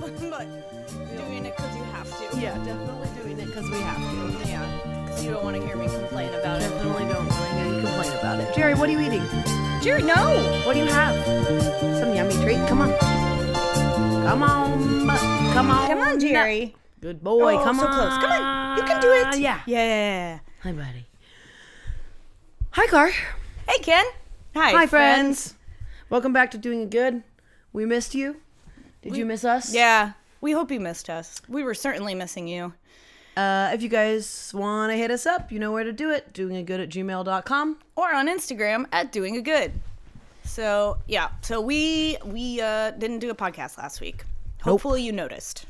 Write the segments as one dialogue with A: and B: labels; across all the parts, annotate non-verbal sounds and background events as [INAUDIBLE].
A: [LAUGHS] but doing it because you have to.
B: Yeah, definitely doing it because we have to.
A: Yeah. 'Cause you don't want to hear me complain about it.
B: Definitely don't really need to complain about it. Jerry, what are you eating?
A: Jerry, no!
B: What do you have? Some yummy treat. Come on. Come on. bu- Come on.
A: Come on, Jerry.
B: Good boy.
A: Oh,
B: come
A: so
B: on.
A: close. Come on. You can do it.
B: Yeah.
A: Yeah.
B: Hi, buddy. Hi, Car.
A: Hey, Ken. Hi.
B: Hi, friends. Welcome back to Doing It Good. We missed you. Did you miss us?
A: Yeah. We hope you missed us. We were certainly missing you.
B: Uh, if you guys want to hit us up, you know where to do it. Doingitgood at gmail.com.
A: Or on Instagram at doing a good. So yeah. So we we uh, didn't do a podcast last week. Hopefully you noticed.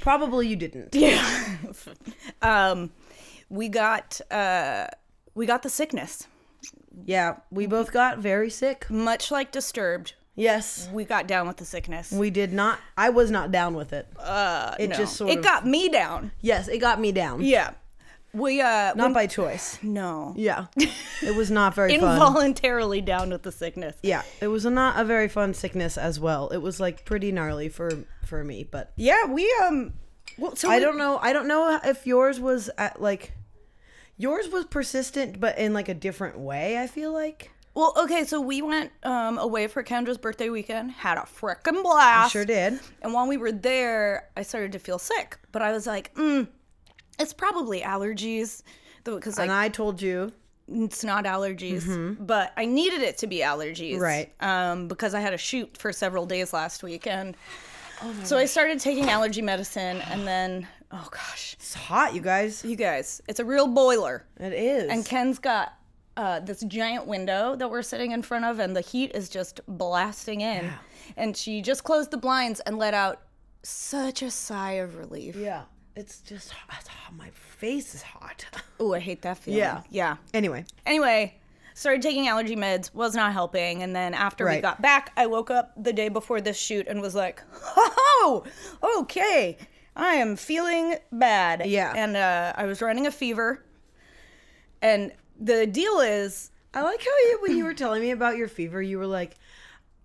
B: Probably you didn't.
A: Yeah. [LAUGHS] um, we got uh, we got the sickness.
B: Yeah, we both got very sick.
A: Much like disturbed,
B: Yes.
A: we got down with the sickness.
B: We did not. I was not down with it.
A: Uh,
B: It
A: no.
B: just sort
A: it
B: of-
A: got me down.
B: Yes, it got me down.
A: Yeah. We uh
B: Not by choice.
A: we- no
B: Yeah. It was not very fun.
A: involuntarily down with the sickness.
B: Yeah, it was a not a very fun sickness as well. It was like pretty gnarly for for me, but
A: Yeah, we um. Well, so
B: I
A: we-
B: don't know. I don't know if yours was at like yours was persistent but in like a different way, I feel like.
A: Well, okay, so we went um away for Kendra's birthday weekend. Had a frickin' blast.
B: Sure did.
A: And while we were there, I started to feel sick, but I was like, mm, it's probably allergies, because like
B: And I told you
A: it's not allergies, but I needed it to be allergies,
B: Mm-hmm. Right.
A: Um, because I had a shoot for several days last week, and
B: Oh,
A: so I started taking allergy medicine, and then oh gosh,
B: it's hot, you guys.
A: you guys, it's a real boiler.
B: It is.
A: And Ken's got uh, this giant window that we're sitting in front of, and the heat is just blasting in. And she just closed the blinds and let out such a sigh of relief.
B: yeah, it's just hot. It's hot. My face is hot. [LAUGHS]
A: Oh, I hate that feeling.
B: Yeah.
A: Yeah.
B: anyway,
A: Anyway, started taking allergy meds, was not helping. And then after we
B: Right.
A: got back, I woke up the day before this shoot and was like, oh, okay, I am feeling bad.
B: Yeah.
A: And uh, I was running a fever. And the deal is,
B: I like how you when you were telling me about your fever, you were like,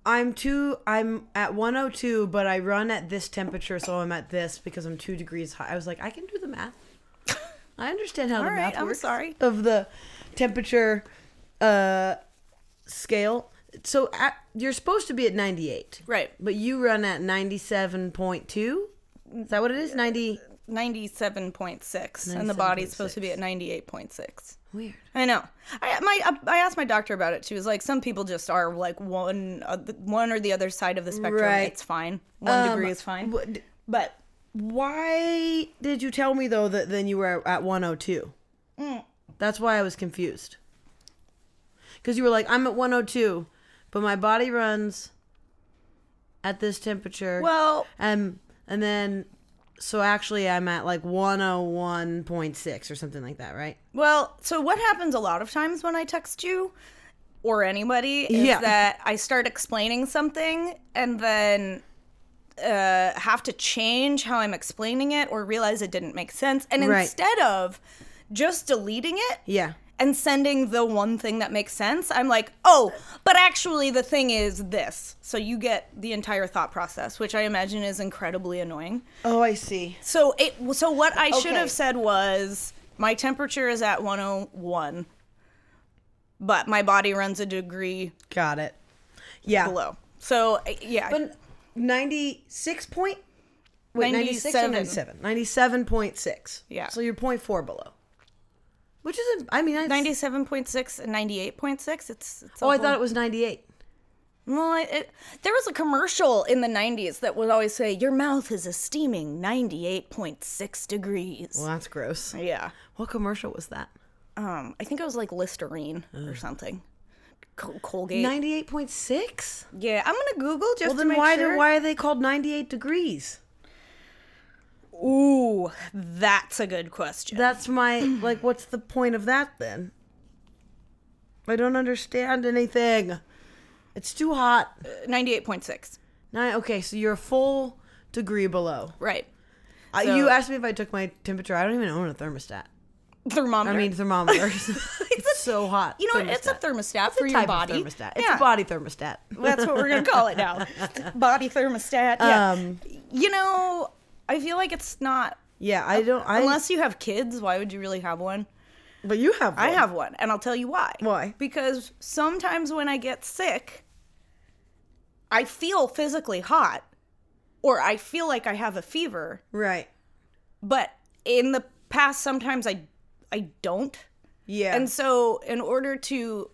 B: "I'm too. I'm at 102, but I run at this temperature, so I'm at this because I'm two degrees high." I was like, "I can do
A: [LAUGHS]
B: the math. I understand how the
A: right,
B: math
A: I'm
B: works."
A: sorry.
B: Of the temperature uh, scale, so at, you're supposed to be at 98,
A: right,
B: but you run at 97.2. Is that what it is? 90.
A: 97.6 and the body's supposed to be at 98.6
B: Weird.
A: i know i my i asked my doctor about it she was like some people just are like one uh, th- one or the other side of the spectrum
B: Right.
A: it's fine one
B: Um,
A: degree is fine
B: what-
A: but
B: Why did you tell me though that then you were at 102?
A: Mm.
B: That's why I was confused. Because you were like, I'm at 102, but my body runs at this temperature.
A: well
B: and and then so actually I'm at like 101.6 or something like that, right?
A: well so what happens a lot of times when i text you or anybody is
B: Yeah.
A: that i start explaining something and then uh, have to change how i'm explaining it or realize it didn't make sense and
B: Right.
A: instead of just deleting it
B: Yeah.
A: and sending the one thing that makes sense, I'm like, oh, but actually the thing is this. So you get the entire thought process, which I imagine is incredibly annoying.
B: Oh, I see.
A: So it so what I should
B: Okay.
A: have said was my temperature is at 101, but my body runs a degree
B: Got it. Yeah.
A: below. So uh, yeah,
B: But 96 point? Wait, 96 or
A: 97.
B: 97? 97.6.
A: Yeah.
B: So you're 0.4 below. Which isn't, I mean, I,
A: 97.6 and 98.6. It's, it's
B: oh, I thought it was 98.
A: Well, it, it, there was a commercial in the 90s that would always say, Your mouth is a steaming 98.6 degrees.
B: Well, that's gross.
A: Yeah.
B: What commercial was that?
A: Um, I think it was like Listerine or something. Col- Colgate.
B: 98.6?
A: yeah, I'm going to Google just
B: Well,
A: to
B: then
A: make
B: why, do-
A: sure.
B: why are they called 98 degrees?
A: Ooh, that's a good question. [CLEARS THROAT]
B: That's my, like, what's the point of that then? I don't understand anything. It's too hot.
A: 98.6.
B: Nine, okay, so you're a full degree below.
A: Right.
B: I
A: So-
B: you asked me if I took my temperature. I don't even own a thermostat.
A: Thermometer. [LAUGHS]
B: I mean thermometer. [LAUGHS] it's
A: It's a-
B: so hot.
A: you know what? It's a thermostat for your
B: type of
A: body.
B: thermostat. It's a body thermostat. [LAUGHS]
A: That's what we're gonna call it now. Body thermostat. Yeah.
B: Um,
A: you know, I feel like it's not
B: Yeah, I don't. I
A: unless you have kids. Why would you really have one?
B: but you have.
A: I
B: one.
A: have one, and I'll tell you why.
B: Why?
A: Because sometimes when I get sick, I feel physically hot, or I feel like I have a fever.
B: right.
A: But in the past, sometimes I I don't.
B: Yeah,
A: And so, in order to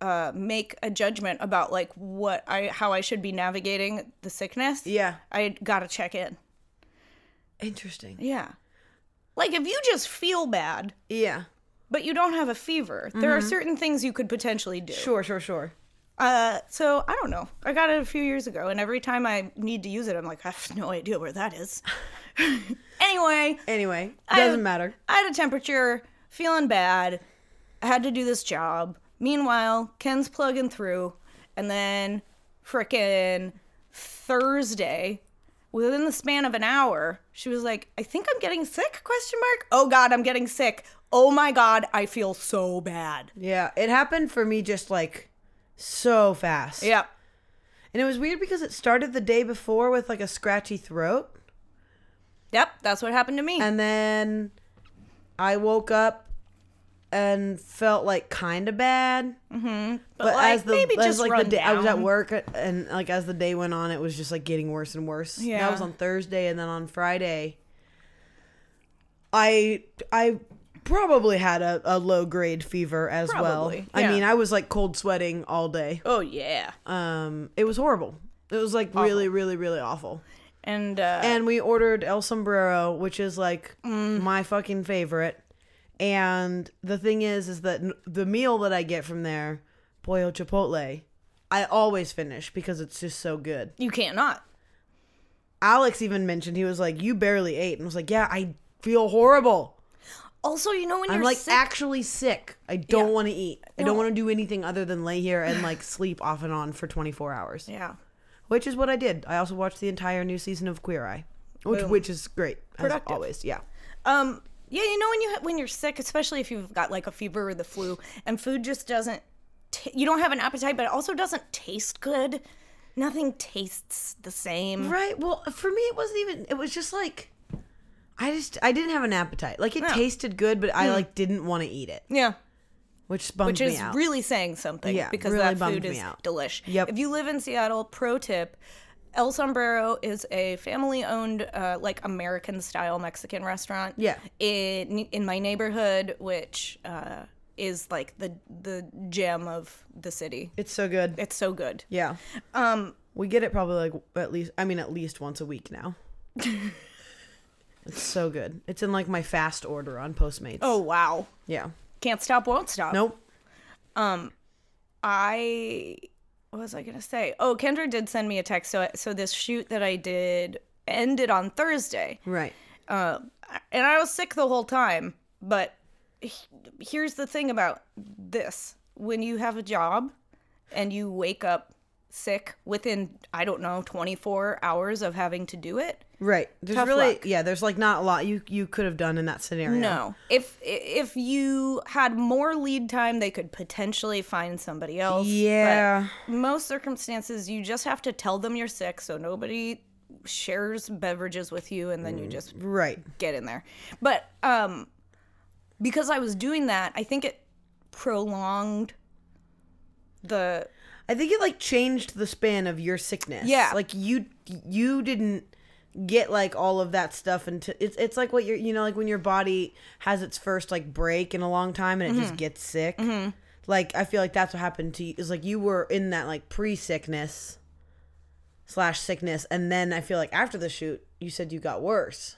A: uh, make a judgment about like what I how I should be navigating the sickness,
B: yeah.
A: I gotta check in.
B: Interesting.
A: Yeah. Like if you just feel bad,
B: Yeah,
A: but you don't have a fever, there are certain things you could potentially do.
B: Mm-hmm. sure, sure, sure.
A: Uh, so I don't know. I got it a few years ago, and every time I need to use it, I'm like, I have no idea where that is. [LAUGHS] anyway,
B: Anyway, doesn't matter.
A: I had a temperature, feeling bad, I had to do this job. Meanwhile, Ken's plugging through, and then frickin' Thursday, within the span of an hour, she was like, "I think I'm getting sick?" Question mark. Oh God, I'm getting sick. Oh my God, I feel so bad.
B: Yeah, it happened for me just like so fast.
A: Yeah.
B: and it was weird because it started the day before with like a scratchy throat,
A: Yep, that's what happened to me.
B: and then I woke up and felt like kind of bad. Mm-hmm. But,
A: like,
B: as the
A: maybe
B: as
A: just
B: like
A: run
B: the day, I was at
A: down.
B: work and like as the day went on, it was just like getting worse and worse. And
A: Yeah.
B: that was on Thursday, and then on Friday, I I probably had a, a low grade fever as
A: Probably,
B: well.
A: yeah.
B: I mean, I was like cold sweating all day.
A: oh yeah.
B: Um, it was horrible. It was like really, really, really awful.
A: And uh,
B: And we ordered El Sombrero, which is like
A: Mm.
B: my fucking favorite. And the thing is, is that n- the meal that I get from there, pollo chipotle, I always finish because it's just so good.
A: you can't not.
B: Alex even mentioned he was like, "You barely ate," and I was like, "Yeah, I feel horrible.
A: Also, you know when
B: I'm
A: you're
B: like
A: sick,
B: actually sick. I don't
A: Yeah.
B: want to eat. I
A: No.
B: don't want to do anything other than lay here
A: [SIGHS]
B: and like sleep off and on for 24 hours."
A: yeah,
B: which is what I did. I also watched the entire new season of Queer Eye, which
A: Boom.
B: which is great
A: Productive.
B: as always. Yeah,
A: um, yeah, you know when you ha- when you're sick, especially if you've got like a fever or the flu, and food just doesn't, ta you don't have an appetite, but it also doesn't taste good. Nothing tastes the same.
B: right. Well, for me, it wasn't even. It was just like I just I didn't have an appetite. Like it tasted good, but I like didn't want to eat it,
A: Yeah,
B: which
A: Hmm.
B: bummed
A: which is
B: me out.
A: really saying something.
B: Yeah,
A: because
B: really
A: that
B: bummed
A: food
B: me
A: is
B: out.
A: delish.
B: Yep.
A: If you live in Seattle, pro tip. El Sombrero is a family-owned, uh, like American-style Mexican restaurant.
B: Yeah.
A: in in my neighborhood, which uh, is like the the gem of the city.
B: it's so good.
A: It's so good.
B: yeah. Um, we get it probably like at least I mean at least once a
A: [LAUGHS]
B: week now. it's so good. It's in like my fast order on Postmates.
A: Oh wow!
B: yeah.
A: Can't stop, won't stop.
B: Nope.
A: I what was I gonna say? Oh, Kendra did send me a text. So so this shoot that I did ended on Thursday,
B: Right.
A: uh, and I was sick the whole time. But he- here's the thing about this: when you have a job and you wake up sick within I don't know 24 hours of having to do it,
B: Right. There's
A: Tough
B: really
A: luck.
B: yeah. There's like not a lot you you could have done in that scenario.
A: No. If if you had more lead time, they could potentially find somebody else. but
B: Yeah.
A: most circumstances, you just have to tell them you're sick, so nobody shares beverages with you, and then you just
B: Right.
A: get in there. But um, because I was doing that, I think it prolonged the
B: I think it like changed the span of your sickness.
A: Yeah.
B: like you you didn't get like all of that stuff until it's it's like what your you know like when your body has its first like break in a long time and it
A: Mm-hmm.
B: just gets sick. Like I feel like that's what happened to you is like you were in that like pre sickness slash sickness, and then I feel like after the shoot you said you got worse.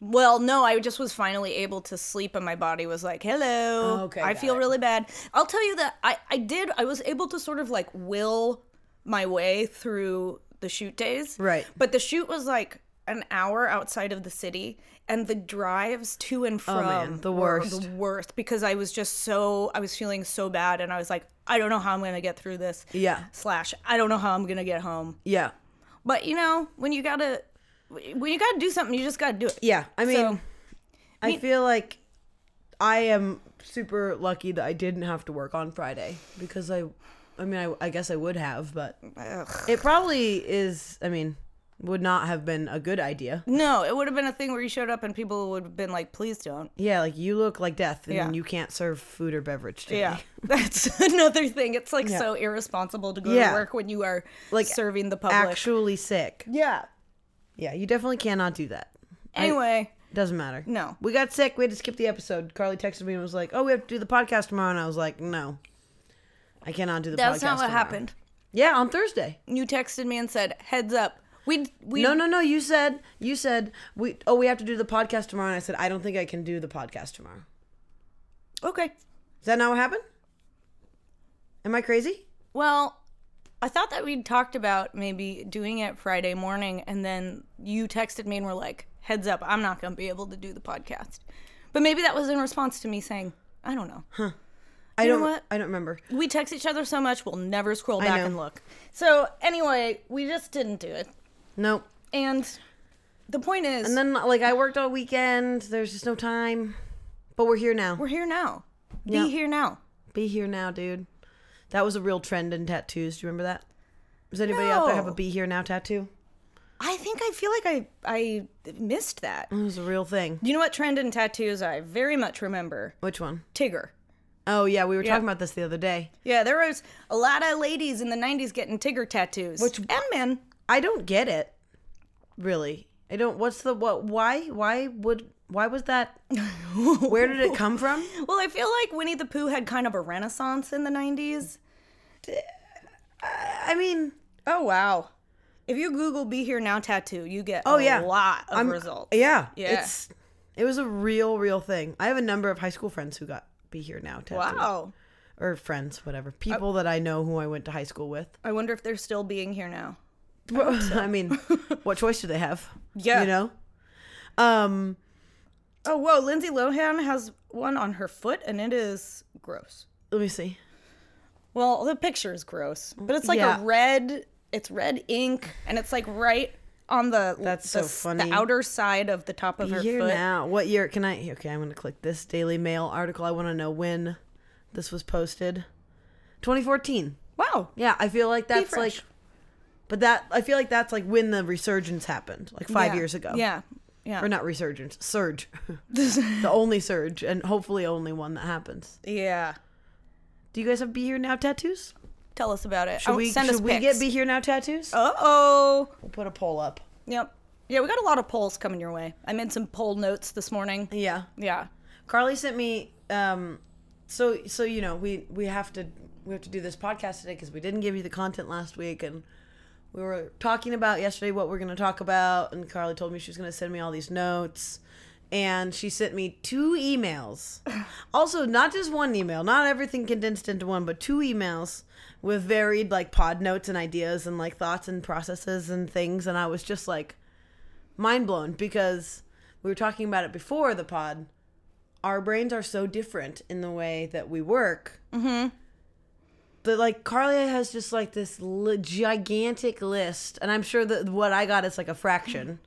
A: Well, no, I just was finally able to sleep, and my body was like, "Hello,
B: Oh, Okay,
A: I
B: got
A: feel
B: it.
A: really bad." I'll tell you that I, I did. I was able to sort of like will my way through the shoot days,
B: Right.
A: But the shoot was like an hour outside of the city, and the drives to and from
B: Oh, man, the
A: were
B: worst.
A: the worst because I was just so I was feeling so bad, and I was like, "I don't know how I'm gonna get through this."
B: Yeah.
A: Slash, I don't know how I'm gonna get home.
B: Yeah,
A: But you know, when you gotta, when you gotta do something, you just gotta do it.
B: yeah. I mean.
A: So-
B: I feel like I am super lucky that I didn't have to work on Friday because I, I mean, I, I guess I would have, but it probably is. I mean, Would not have been a good idea.
A: No, it would have been a thing where you showed up and people would have been like, please don't.
B: Yeah, like you look like death, and
A: Yeah.
B: you can't serve food or beverage today.
A: Yeah. [LAUGHS] That's another thing. It's like so irresponsible to go
B: Yeah.
A: to work when you are like
B: Like,
A: serving the public.
B: [LAUGHS] actually sick.
A: yeah.
B: Yeah, you definitely cannot do that.
A: Anyway,
B: Doesn't matter.
A: No.
B: we got sick. We had to skip the episode. Carly texted me and was like, "Oh, we have to do the podcast tomorrow," and I was like, "No, I cannot do the podcast."
A: that's not what
B: tomorrow."
A: happened.
B: Yeah, on Thursday.
A: You texted me and said, heads up. We we
B: No, no, no. You said you said we. Oh, we have to do the podcast tomorrow, and I said I don't think I can do the podcast tomorrow.
A: Okay.
B: Is that not what happened? Am I crazy?
A: Well, I thought that we'd talked about maybe doing it Friday morning, and then you texted me and were like, heads up, I'm not going to be able to do the podcast. But maybe that was in response to me saying, I don't know.
B: I
A: You know
B: don't.
A: what?
B: I don't remember.
A: We text each other so much, we'll never scroll back
B: know.
A: and look. So, anyway, we just didn't do it.
B: Nope.
A: And the point is,
B: And then like I worked all weekend. There's just no time. But we're here now.
A: we're here now.
B: Yeah.
A: Be here now.
B: Be here now, dude. That was a real trend in tattoos. Do you remember that? Does anybody out there have a
A: No.
B: be here now tattoo?
A: I think I feel like I, I missed that.
B: It was a real thing.
A: You know what trend in tattoos I very much remember?
B: Which one?
A: Tigger.
B: Oh yeah, we were talking about this the other day.
A: Yeah, there was a lot of ladies in the '90s getting Tigger tattoos,
B: Which-
A: and
B: [LAUGHS]
A: men.
B: I don't get it. Really. I don't what's the what why why would why was that where did it come from?
A: Well, I feel like Winnie the Pooh had kind of a renaissance in the '90s.
B: [LAUGHS] I mean,
A: Oh wow! If you Google "Be Here Now" tattoo, you get oh
B: yeah.
A: lot of results.
B: yeah,
A: Yeah.
B: it's it was a real real thing. I have a number of high school friends who got be here now tattooed.
A: Wow!
B: Or friends, whatever. People that I know who I went to high school with.
A: I wonder if they're still being here now.
B: Well, [LAUGHS] I mean, what choice do they have?
A: Yeah.
B: You know? Um,
A: Oh whoa! Lindsay Lohan has one on her foot, and it is gross.
B: let me see.
A: Well, the picture is gross, but it's like
B: Yeah.
A: a red. It's red ink, and it's like right on the
B: That's
A: the
B: so
A: s-
B: funny.
A: The outer side of the top of her
B: Year
A: foot.
B: now. What year can I Okay, I'm going to click this Daily Mail article. I want to know when this was posted. 2014.
A: Wow.
B: Yeah, I feel like that's
A: fresh.
B: like But that I feel like that's like when the resurgence happened, like 5
A: Yeah.
B: years ago.
A: Yeah. Yeah.
B: Or not resurgence,
A: [LAUGHS]
B: surge. [LAUGHS] the only surge and hopefully only one that happens.
A: yeah.
B: Do you guys have be here now tattoos?
A: Tell us about it.
B: Should
A: Oh,
B: we
A: send us
B: should we get
A: pics.
B: be here now tattoos?
A: Uh-oh.
B: We'll put a poll up.
A: Yep. Yeah, we got a lot of polls coming your way. I made some poll notes this morning.
B: Yeah.
A: Yeah.
B: Carly sent me um so so you know we we have to we have to do this podcast today cuz we didn't give you the content last week and we were talking about yesterday what we're going to talk about and Carly told me she was going to send me all these notes and she sent me two emails. also, not just one email, not everything condensed into one, but two emails with varied like pod notes and ideas and like thoughts and processes and things and I was just like mind blown because we were talking about it before the pod our brains are so different in the way that we work. Mm-hmm. But like Carly has just like this li- gigantic list, and I'm sure that what I got is like a fraction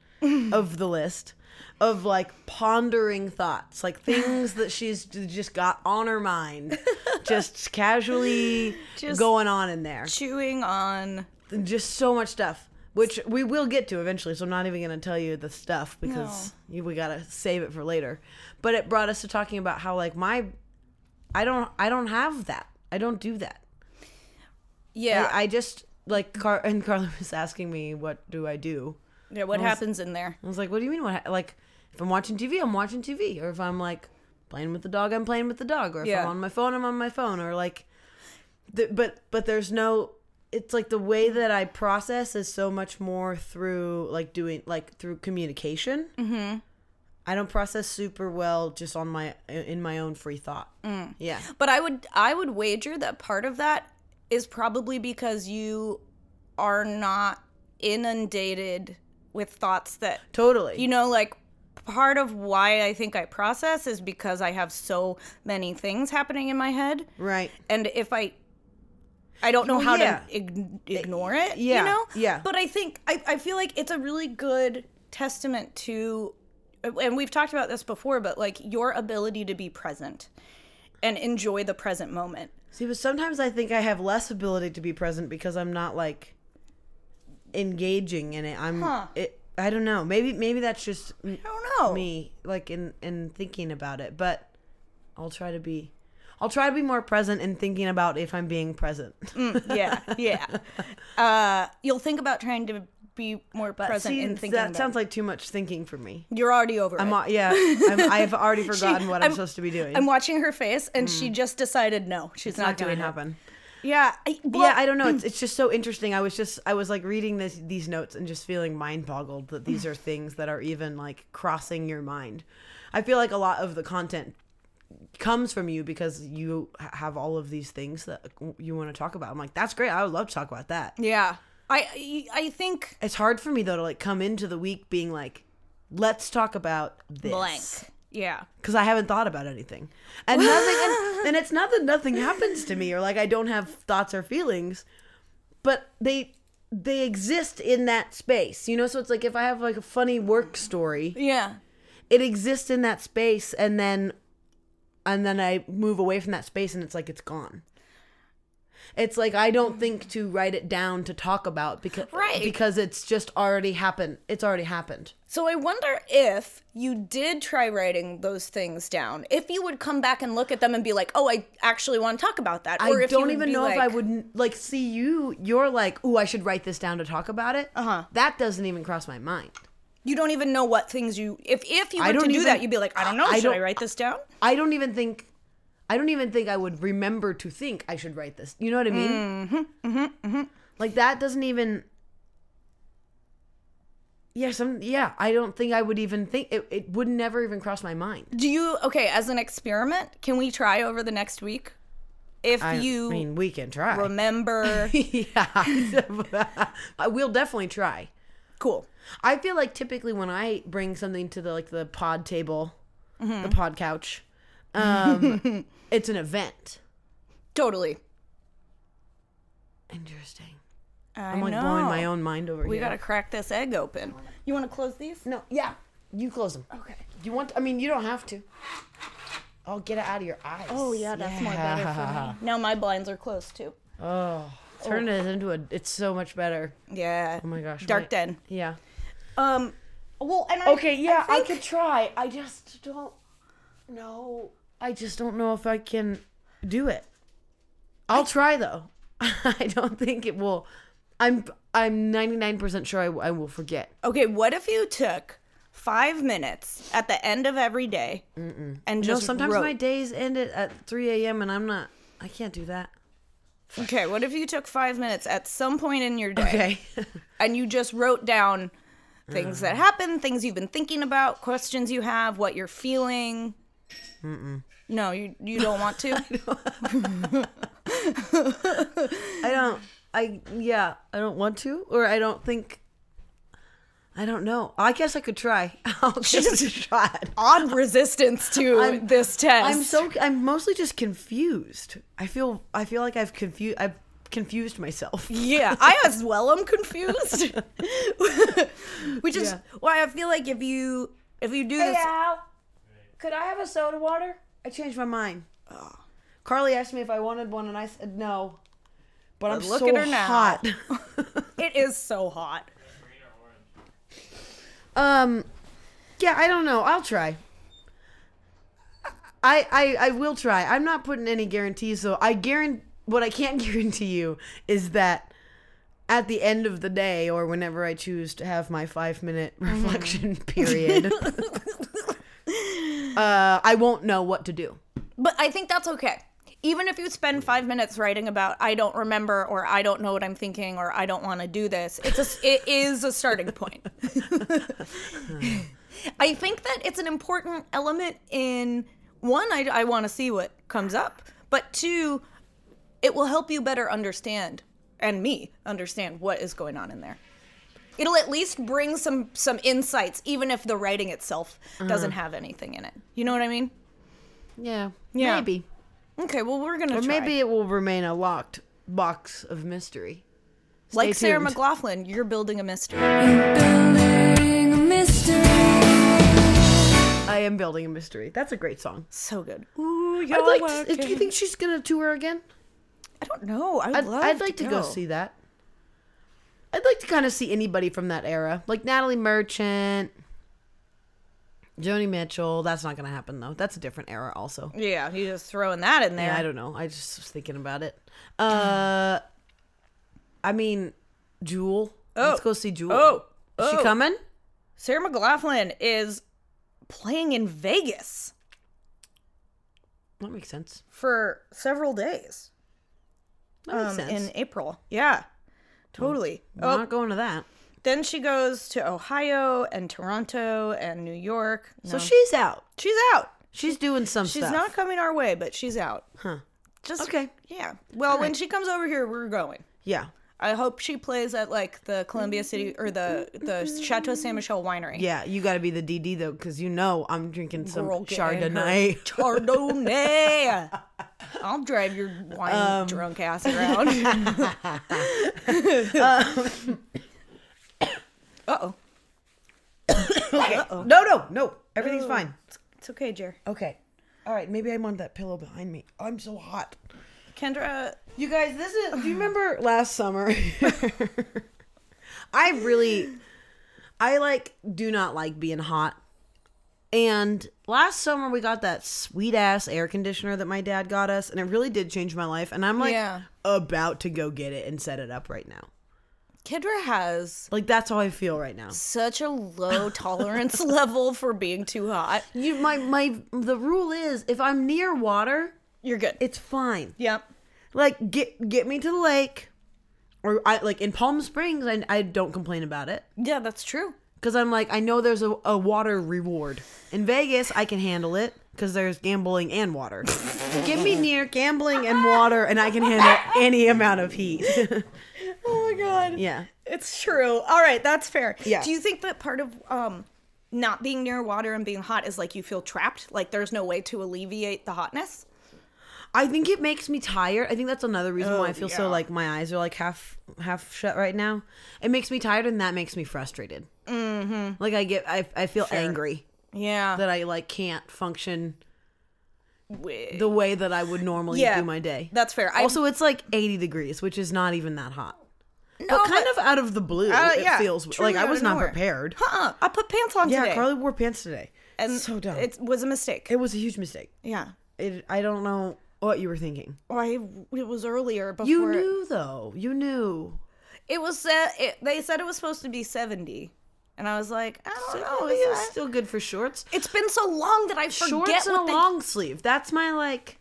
B: of the list of like pondering thoughts, like things that she's j- just got on her mind, just casually
A: Just-
B: going on in there.
A: Chewing on
B: Just so much stuff. Which we will get to eventually, so I'm not even going to tell you the stuff because you, we gotta save it for later. But it brought us to talking about how like my, I don't, I don't have that. I don't do that.
A: Yeah.
B: I, I just like Car and Carly [LAUGHS] was asking me what do I do.
A: yeah, what happens in there?
B: I was like, what do you mean? What ha-? like if I'm watching TV, I'm watching TV, or if I'm like playing with the dog, I'm playing with the dog, or if
A: Yeah.
B: I'm on my phone, I'm on my phone, or like, th- but but there's no. It's like the way that I process is so much more through like doing like through communication. Mm-hmm. I don't process super well just on my in my own free thought.
A: Mm.
B: Yeah,
A: But I would I would wager that part of that is probably because you are not inundated with thoughts that
B: totally.
A: you know like part of why I think I process is because I have so many things happening in my head.
B: right.
A: and if I, I don't know
B: Well,
A: how
B: yeah.
A: to ign ignore it.
B: yeah,
A: you know.
B: yeah.
A: But I think I, I feel like it's a really good testament to, and we've talked about this before, but like your ability to be present and enjoy the present
B: [LAUGHS]
A: moment.
B: See, but sometimes I think I have less ability to be present because I'm not like engaging in it. I'm
A: Huh.
B: it. I don't know. Maybe maybe that's just
A: I don't know.
B: me like in in thinking about it but i'll try to be i'll try to be more present in thinking about if i'm being present
A: yeah, yeah. Uh, you'll think about trying to be more [LAUGHS] present
B: See,
A: in thinking.
B: that
A: about
B: sounds like too much thinking for me
A: it. you're already over
B: I'm,
A: it. [LAUGHS]
B: al- yeah I'm, i've already forgotten what i'm,
A: I'm-
B: supposed to be doing
A: I'm watching her face, and she just decided no, she's not,
B: Mm. not gonna
A: doing it.
B: happen
A: Yeah, I, well, hmm.
B: yeah i don't know it's, it's just so interesting i was just i was like reading this these notes and just feeling mind boggled that
A: [SIGHS]
B: these are things that are even like crossing your mind i feel like a lot of the content comes from you because you h- have all of these things that you want to talk about i'm like that's great i would love to talk about that
A: yeah. I I I think
B: it's hard for me though to like come into the week being like let's talk about this
A: blank. Yeah,
B: because I haven't thought about anything, and nothing, and, and it's not that nothing happens to me or like I don't have thoughts or feelings, but they they exist in that space, you know. So it's like if I have like a funny work story,
A: yeah,
B: it exists in that space, and then and then I move away from that space, and it's like it's gone. It's like I don't think to write it down to talk about because
A: Right.
B: because it's just already happened. It's already happened.
A: So I wonder if you did try writing those things down, if you would come back and look at them and be like, "Oh, I actually want to talk about that,"
B: I
A: if you
B: don't
A: would
B: even
A: be
B: know if I
A: like-
B: wouldn't like see you. You're like, ooh, I should write this down to talk about it. Uh
A: Uh-huh.
B: That doesn't even cross my mind.
A: You don't even know what things you. If if you
B: I
A: were to
B: don't
A: do that,
B: even-
A: you'd be like, "I don't know.
B: I
A: should I
B: don't-
A: write this down?"
B: I don't even think, I don't even think I would remember to think I should write this. You know what I mean? Mm-hmm, mm-hmm, Like that doesn't even. Yeah, some yeah. I don't think I would even think it. It would never even cross my mind.
A: Do you okay? As an experiment, can we try over the next week? If
B: I
A: you
B: mean we can try. [LAUGHS]
A: remember,
B: yeah, [LAUGHS] I will definitely try.
A: cool.
B: I feel like typically when I bring something to the like the pod table,
A: Mm-hmm.
B: the pod couch,
A: [LAUGHS]
B: um, it's an event.
A: Totally.
B: Interesting.
A: I
B: I'm like
A: know.
B: blowing my own mind over
A: We
B: here.
A: gotta crack this egg open. You want to close these?
B: no, yeah, you close them.
A: Okay.
B: You want? I mean, you don't have to. I'll get it out of your eyes.
A: Oh yeah, that's more better for me. Now my blinds are closed too.
B: [LAUGHS] Oh, turn it into a. It's so much better.
A: Yeah.
B: Oh my gosh.
A: Dark
B: my-
A: Den.
B: Yeah.
A: Um. Well, and I,
B: Okay. Yeah, I,
A: think-
B: could try. I just don't know. I just don't know if I can do it. I'll try though. [LAUGHS] I don't think it will. I'm I'm 99% sure I, w- I will forget.
A: Okay, what if you took five minutes at the end of every day and
B: No,
A: just
B: sometimes
A: wrote?
B: my days end at, at 3 a.m. and I'm not. I can't do that.
A: Okay, what if you took five minutes at some point in your day
B: Okay.
A: and you just wrote down things
B: Mm.
A: that happened, things you've been thinking about, questions you have, what you're feeling? Mm-mm. No, you you don't want
B: [LAUGHS]
A: to.
B: [LAUGHS] I don't. I yeah. I don't want to, or I don't think. I don't know. I guess I could try. [LAUGHS] I'll give it a shot.
A: [LAUGHS] Odd resistance to
B: [LAUGHS] I'm-
A: this test.
B: I'm so I'm mostly just confused. I feel I feel like I've confused I've confused myself.
A: [LAUGHS]
B: [LAUGHS]
A: Yeah, I as well am confused. [LAUGHS] Which is
B: Yeah.
A: why I feel like if you if you do this,
B: Al, could I have a soda water? I changed my mind. Carly asked me if I wanted one, and I said no. But I'm
A: look
B: so
A: at her now.
B: hot. [LAUGHS]
A: it is so hot.
B: um, yeah, I don't know. I'll try. I, I I will try. I'm not putting any guarantees though. I guarantee what I can't [LAUGHS] guarantee you is that at the end of the day or whenever I choose to have my 5 minute [LAUGHS] reflection period uh I won't know what to do.
A: But I think that's okay. Even if you spend five minutes writing about I don't remember or I don't know what I'm thinking or I don't want to do this, it's a, [LAUGHS] it is a starting point. [LAUGHS] I think that it's an important element in one, I, I want to see what comes up, but two, it will help you better understand and me understand what is going on in there. It'll at least bring some some insights, even if the writing itself doesn't have anything in it. You know what I mean?
B: Yeah.
A: Yeah.
B: Maybe.
A: Okay, well we're gonna
B: Or
A: try.
B: maybe it will remain a locked box of mystery.
A: like
B: stay
A: Sarah
B: tuned.
A: McLaughlin, you're building a mystery.
C: building a mystery.
B: I am building a mystery. That's a great song.
A: So good. Ooh,
B: I'd like to, do you think she's going to tour again?
A: I don't know. I would
B: I'd,
A: love
B: I'd like to go. see that. I'd like like to kind of see anybody from that era, like Natalie Merchant, Joni Mitchell. That's not gonna happen though. That's a different era, also.
A: Yeah, you just throwing that in there.
B: Yeah, I don't know. I just was thinking about it. Uh, I mean, Jewel. Let's
A: Oh.
B: go see Jewel.
A: Oh,
B: Is she
A: oh.
B: coming?
A: Sarah McLaughlin is playing in Vegas
B: That makes sense.
A: for several days
B: That makes
A: um,
B: sense. Mm.
A: in April. Yeah, totally. Oh,
B: We're not going to that.
A: Then she goes to Ohio and Toronto and New York.
B: So she's out.
A: She's out.
B: She's doing some
A: She's
B: stuff.
A: not coming our way, but she's out.
B: Huh.
A: Just
B: Okay.
A: Yeah. Well, when she comes over here, we're going.
B: Yeah.
A: I hope she plays at like the Columbia City or the the Chateau Saint Michel winery.
B: Yeah. You got to be the DD though, because you know I'm drinking some
A: Girl, get in her
B: Chardonnay. [LAUGHS]
A: Chardonnay. I'll drive your wine
B: Um.
A: drunk ass
B: [LAUGHS]
A: around. Um, uh oh.
B: [LAUGHS] no, no, no. Everything's fine.
A: It's okay, Jer.
B: Okay. All right. Maybe I want that pillow behind me. I'm so hot.
A: Kendra.
B: You guys, this is. [SIGHS] Do you remember last summer? [LAUGHS] I really, I like do not like being hot. And last summer we got that sweet ass air conditioner that my dad got us, and it really did change my life. And I'm like
A: Yeah.
B: about to go get it and set it up right now.
A: Kendra has
B: Like that's how I feel right now.
A: such a low tolerance [LAUGHS] level for being too hot.
B: You, my, my, the rule is if I'm near water,
A: You're good.
B: it's fine.
A: yep.
B: like get get me to the lake or i like in palm springs i, I don't complain about it
A: Yeah, that's true.
B: because i'm like i know there's a, a water reward in vegas i can handle it because there's gambling
A: [LAUGHS]
B: and water get me near gambling and water and i can handle any amount of heat [LAUGHS]
A: Oh my god.
B: yeah
A: It's true. All right, that's fair.
B: Yeah.
A: Do you think that part of um not being near water and being hot is like you feel trapped? Like there's no way to alleviate the hotness?
B: i think it makes me tired i think that's another reason why i
A: Oh,
B: feel
A: yeah.
B: so like my eyes are like half half shut right now it makes me tired and that makes me frustrated mm-hmm. like i get i, I feel angry
A: Yeah.
B: that i like can't function
A: Wi-
B: the way that I would normally
A: Yeah,
B: do my day.
A: that's fair. I-
B: also, it's like 80 degrees, which is not even that hot. but kind
A: but-
B: of out of the blue,
A: Uh,
B: it
A: yeah,
B: feels
A: truly
B: like I
A: out
B: was
A: of
B: not
A: nowhere.
B: prepared.
A: uh-uh. I put pants on
B: Yeah,
A: today.
B: Carly wore pants today.
A: and
B: so dumb.
A: It was a mistake.
B: it was a huge mistake.
A: yeah.
B: It, I don't know what you were thinking.
A: Well, I, it was earlier before
B: You knew though. You knew.
A: it was uh, it, they said it was supposed to be 70. And I was like, I don't know.
B: it
A: is
B: was
A: that-
B: still good for shorts.
A: It's been so long that I Oh, forget
B: Shorts and
A: what
B: a
A: they Mm.
B: long sleeve. That's my like.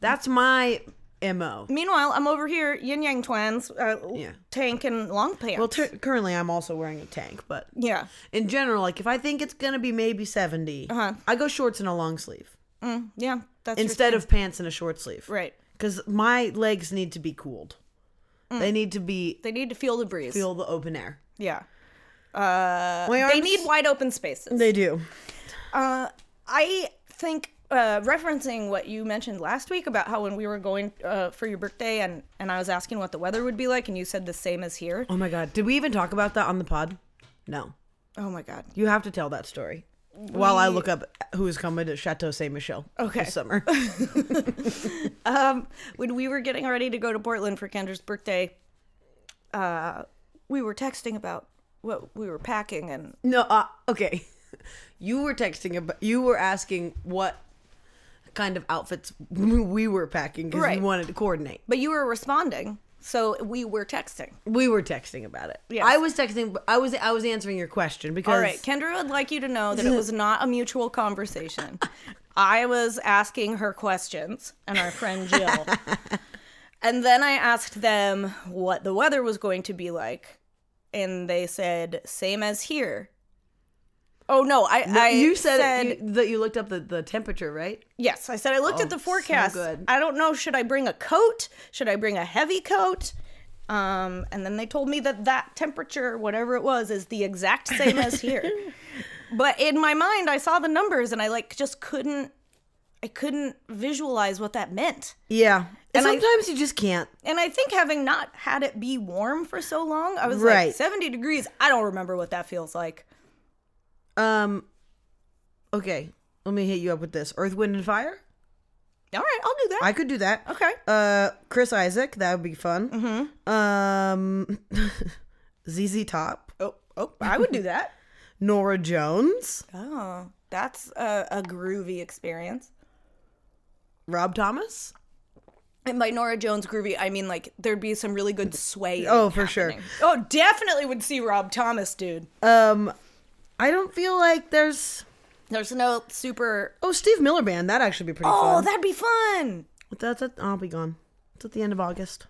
B: That's my mo.
A: Meanwhile, I'm over here, yin yang twins, uh,
B: Yeah.
A: tank and long pants.
B: Well, tur currently I'm also wearing a tank, but
A: yeah.
B: in general, like if I think it's gonna be maybe 70
A: Uh-huh.
B: I go shorts and a long sleeve
A: Mm, yeah. That's your
B: instead of pants and a short sleeve,
A: Right.
B: Because my legs need to be cooled.
A: Mm.
B: They need to be
A: They need to feel the breeze.
B: feel the open air.
A: yeah. Uh,
B: My
A: they
B: arms-
A: need wide open spaces.
B: [LAUGHS] They do.
A: uh, I think uh, referencing what you mentioned last week about how when we were going uh, for your birthday and, and I was asking what the weather would be like and you said the same as here.
B: Oh my god, did we even talk about that on the pod? No.
A: Oh my God.
B: You have to tell that story. While I look up who is coming to Chateau Saint Michel
A: Okay.
B: this
A: [LAUGHS]
B: summer,
A: um, when we were getting ready to go to Portland for Kendra's birthday, uh, we were texting about what we were packing and
B: no, uh, okay. [LAUGHS] You were texting about. You were asking what kind of outfits [LAUGHS] we were packing because
A: Right.
B: we wanted to coordinate.
A: But you were responding, so we were texting.
B: We were texting about it.
A: Yes.
B: I was texting. I was I was answering your question because
A: All right, Kendra would like you to know that it
B: [LAUGHS]
A: was not a mutual conversation. I was asking her questions and our friend
B: [LAUGHS]
A: Jill. and then I asked them what the weather was going to be like, and they said, same as here. Oh no, I, I
B: you said, you, that you looked up the, the temperature, right?
A: Yes, I said I looked at the
B: so
A: forecast.
B: good.
A: I don't know. Should I bring a coat? Should I bring a heavy coat? Um, and then they told me that that temperature, whatever it was, is the exact same as [LAUGHS] here. But in my mind, I saw the numbers, and I like just couldn't. I couldn't visualize what that meant.
B: Yeah.
A: And
B: And
A: I-
B: sometimes you just can't.
A: And I think having not had it be warm for so long, I was like
B: Right.
A: 70 degrees. I don't remember what that feels like.
B: Um. Okay, let me hit you up with this: Earth, Wind, and Fire.
A: All right, I'll do that.
B: I could do that.
A: okay.
B: [LAUGHS] Uh, Chris Isaac, that would be fun. Mm-hmm. Um, ZZ Top,
A: Oh, oh, I would do that.
B: Nora Jones,
A: [LAUGHS] Oh, that's a, a groovy experience.
B: Rob Thomas.
A: And by Nora Jones groovy, I mean like there'd be some really good sway.
B: Oh, for sure.
A: Oh, definitely would see Rob Thomas, dude.
B: Um, I don't feel like there's.
A: There's no super.
B: Oh, Steve Miller Band. That'd actually be pretty
A: Oh,
B: fun.
A: that'd be fun.
B: That's at, I'll be gone. It's at the end of August.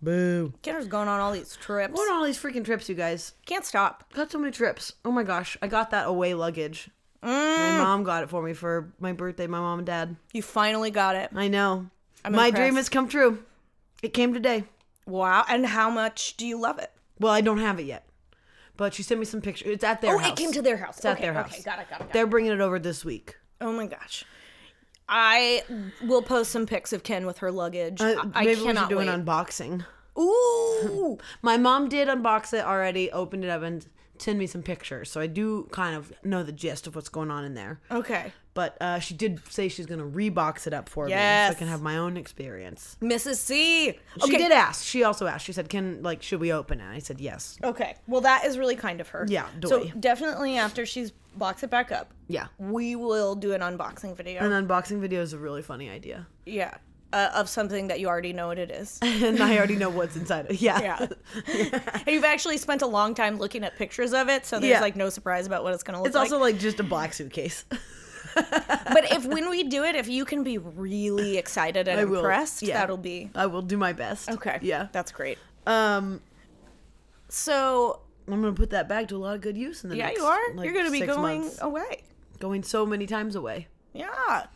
B: Boo.
A: Kenner's going on all these trips.
B: Ah. What on all these freaking trips, you guys?
A: Can't stop.
B: Got so many trips. Oh my gosh, I got that away luggage. My
A: Mm.
B: mom got it for me for my birthday. My mom and dad.
A: You finally got it.
B: I know. my dream has
A: impressed.
B: come true. It came today.
A: Wow. And how much do you love it?
B: Well, I don't have it yet, but she sent me some pictures. It's at their
A: Oh,
B: house.
A: it came to their house.
B: It's at
A: okay,
B: their house.
A: Okay, got it, got it, got it.
B: They're bringing it over this week.
A: Oh my gosh. I will post some pics of Ken with her luggage.
B: Uh,
A: I, I
B: maybe we should
A: cannot
B: do
A: wait.
B: an unboxing.
A: Ooh.
B: [LAUGHS] My mom did unbox it already, opened it up, and send me some pictures. So I do kind of know the gist of what's going on in there.
A: Okay.
B: But uh, she did say she's going to rebox it up for me so
A: Yes.
B: I can have my own experience.
A: Mrs. C. Okay.
B: She did ask. She also asked. She said, "Can like should we open it?" I said, "Yes."
A: Okay. Well, that is really kind of her.
B: Yeah,
A: So
B: doy.
A: definitely after she's boxed it back up,
B: Yeah.
A: we will do an unboxing video.
B: An unboxing video is a really funny idea, [LAUGHS]
A: yeah. Uh, of something that you already know what it is.
B: and I already know what's inside. It. Yeah.
A: Yeah. and you've actually spent a long time looking at pictures of it, so there's
B: Yeah.
A: like no surprise about what it's going to look
B: [LAUGHS] It's
A: like.
B: also like just a black
A: [LAUGHS]
B: suitcase.
A: but
B: [LAUGHS]
A: if when we do it, if you can be really excited and
B: I will.
A: impressed,
B: yeah.
A: that'll be
B: I will do my best.
A: okay.
B: Yeah.
A: that's great.
B: Um,
A: So
B: I'm gonna put that bag to a lot of good use in the
A: yeah,
B: next.
A: you are.
B: like,
A: You're going to be
B: six
A: going
B: months.
A: away.
B: going so many times away.
A: Yeah,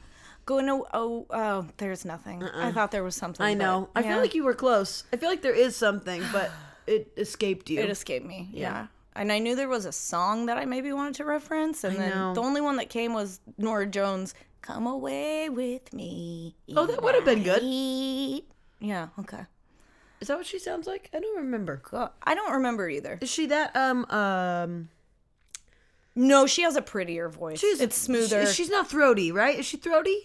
A: going to oh oh, there's nothing. I thought there was something.
B: Uh-uh. I
A: but-
B: know. I
A: yeah.
B: feel like you were close. I feel like there is
A: [SIGHS]
B: something, but it escaped you.
A: it escaped me. Yeah. And I knew there was a song that I maybe wanted to reference, and then
B: know.
A: the only one that came was Nora Jones. Come away with me.
B: Oh, that would've been good.
A: good. Yeah. Okay.
B: is that what she sounds like? I don't remember.
A: Go- I don't remember either.
B: Is she that um um?
A: No, she has a prettier voice.
B: She's
A: it's smoother.
B: she- she's not throaty, right? Is she throaty?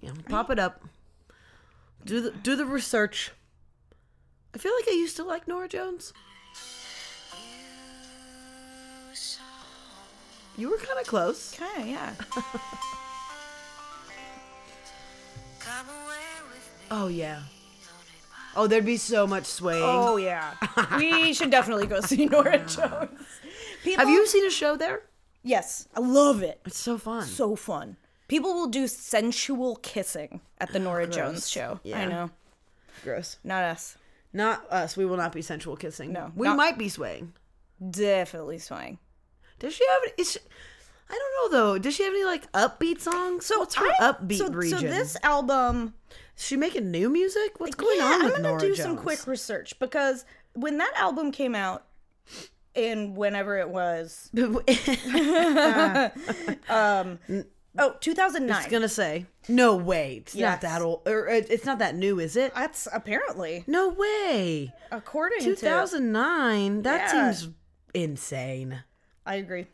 B: Yeah, pop it up. Do the do the research. I feel like I used to like Nora Jones. You were kind of close.
A: Kinda, yeah.
B: Oh yeah. Oh, there'd be so much swaying.
A: Oh yeah. we should definitely go see Nora
B: [LAUGHS]
A: Jones. People,
B: Have you seen a show there?
A: Yes, I love it.
B: It's so fun.
A: So fun. People will do sensual kissing at the Nora Jones show.
B: Yeah.
A: I know.
B: gross.
A: Not us.
B: Not us. We will not be sensual kissing.
A: No,
B: we
A: not-
B: might be swaying.
A: Definitely swaying.
B: Does she have? any- Is she, I don't know though. Does she have any like upbeat songs? So what's her upbeat
A: so,
B: region?
A: So this album.
B: Is she making new music? What's going
A: yeah,
B: on
A: I'm
B: with
A: gonna
B: Nora
A: do
B: Jones?
A: some
B: [LAUGHS]
A: quick research because when that album came out, in whenever it was, oh, 2009.
B: I was gonna say no way. It's not
A: Yes.
B: that old, or it- it's not that new, is it?
A: That's apparently
B: No way.
A: according to
B: 2009. That
A: Yeah.
B: seems insane.
A: I agree.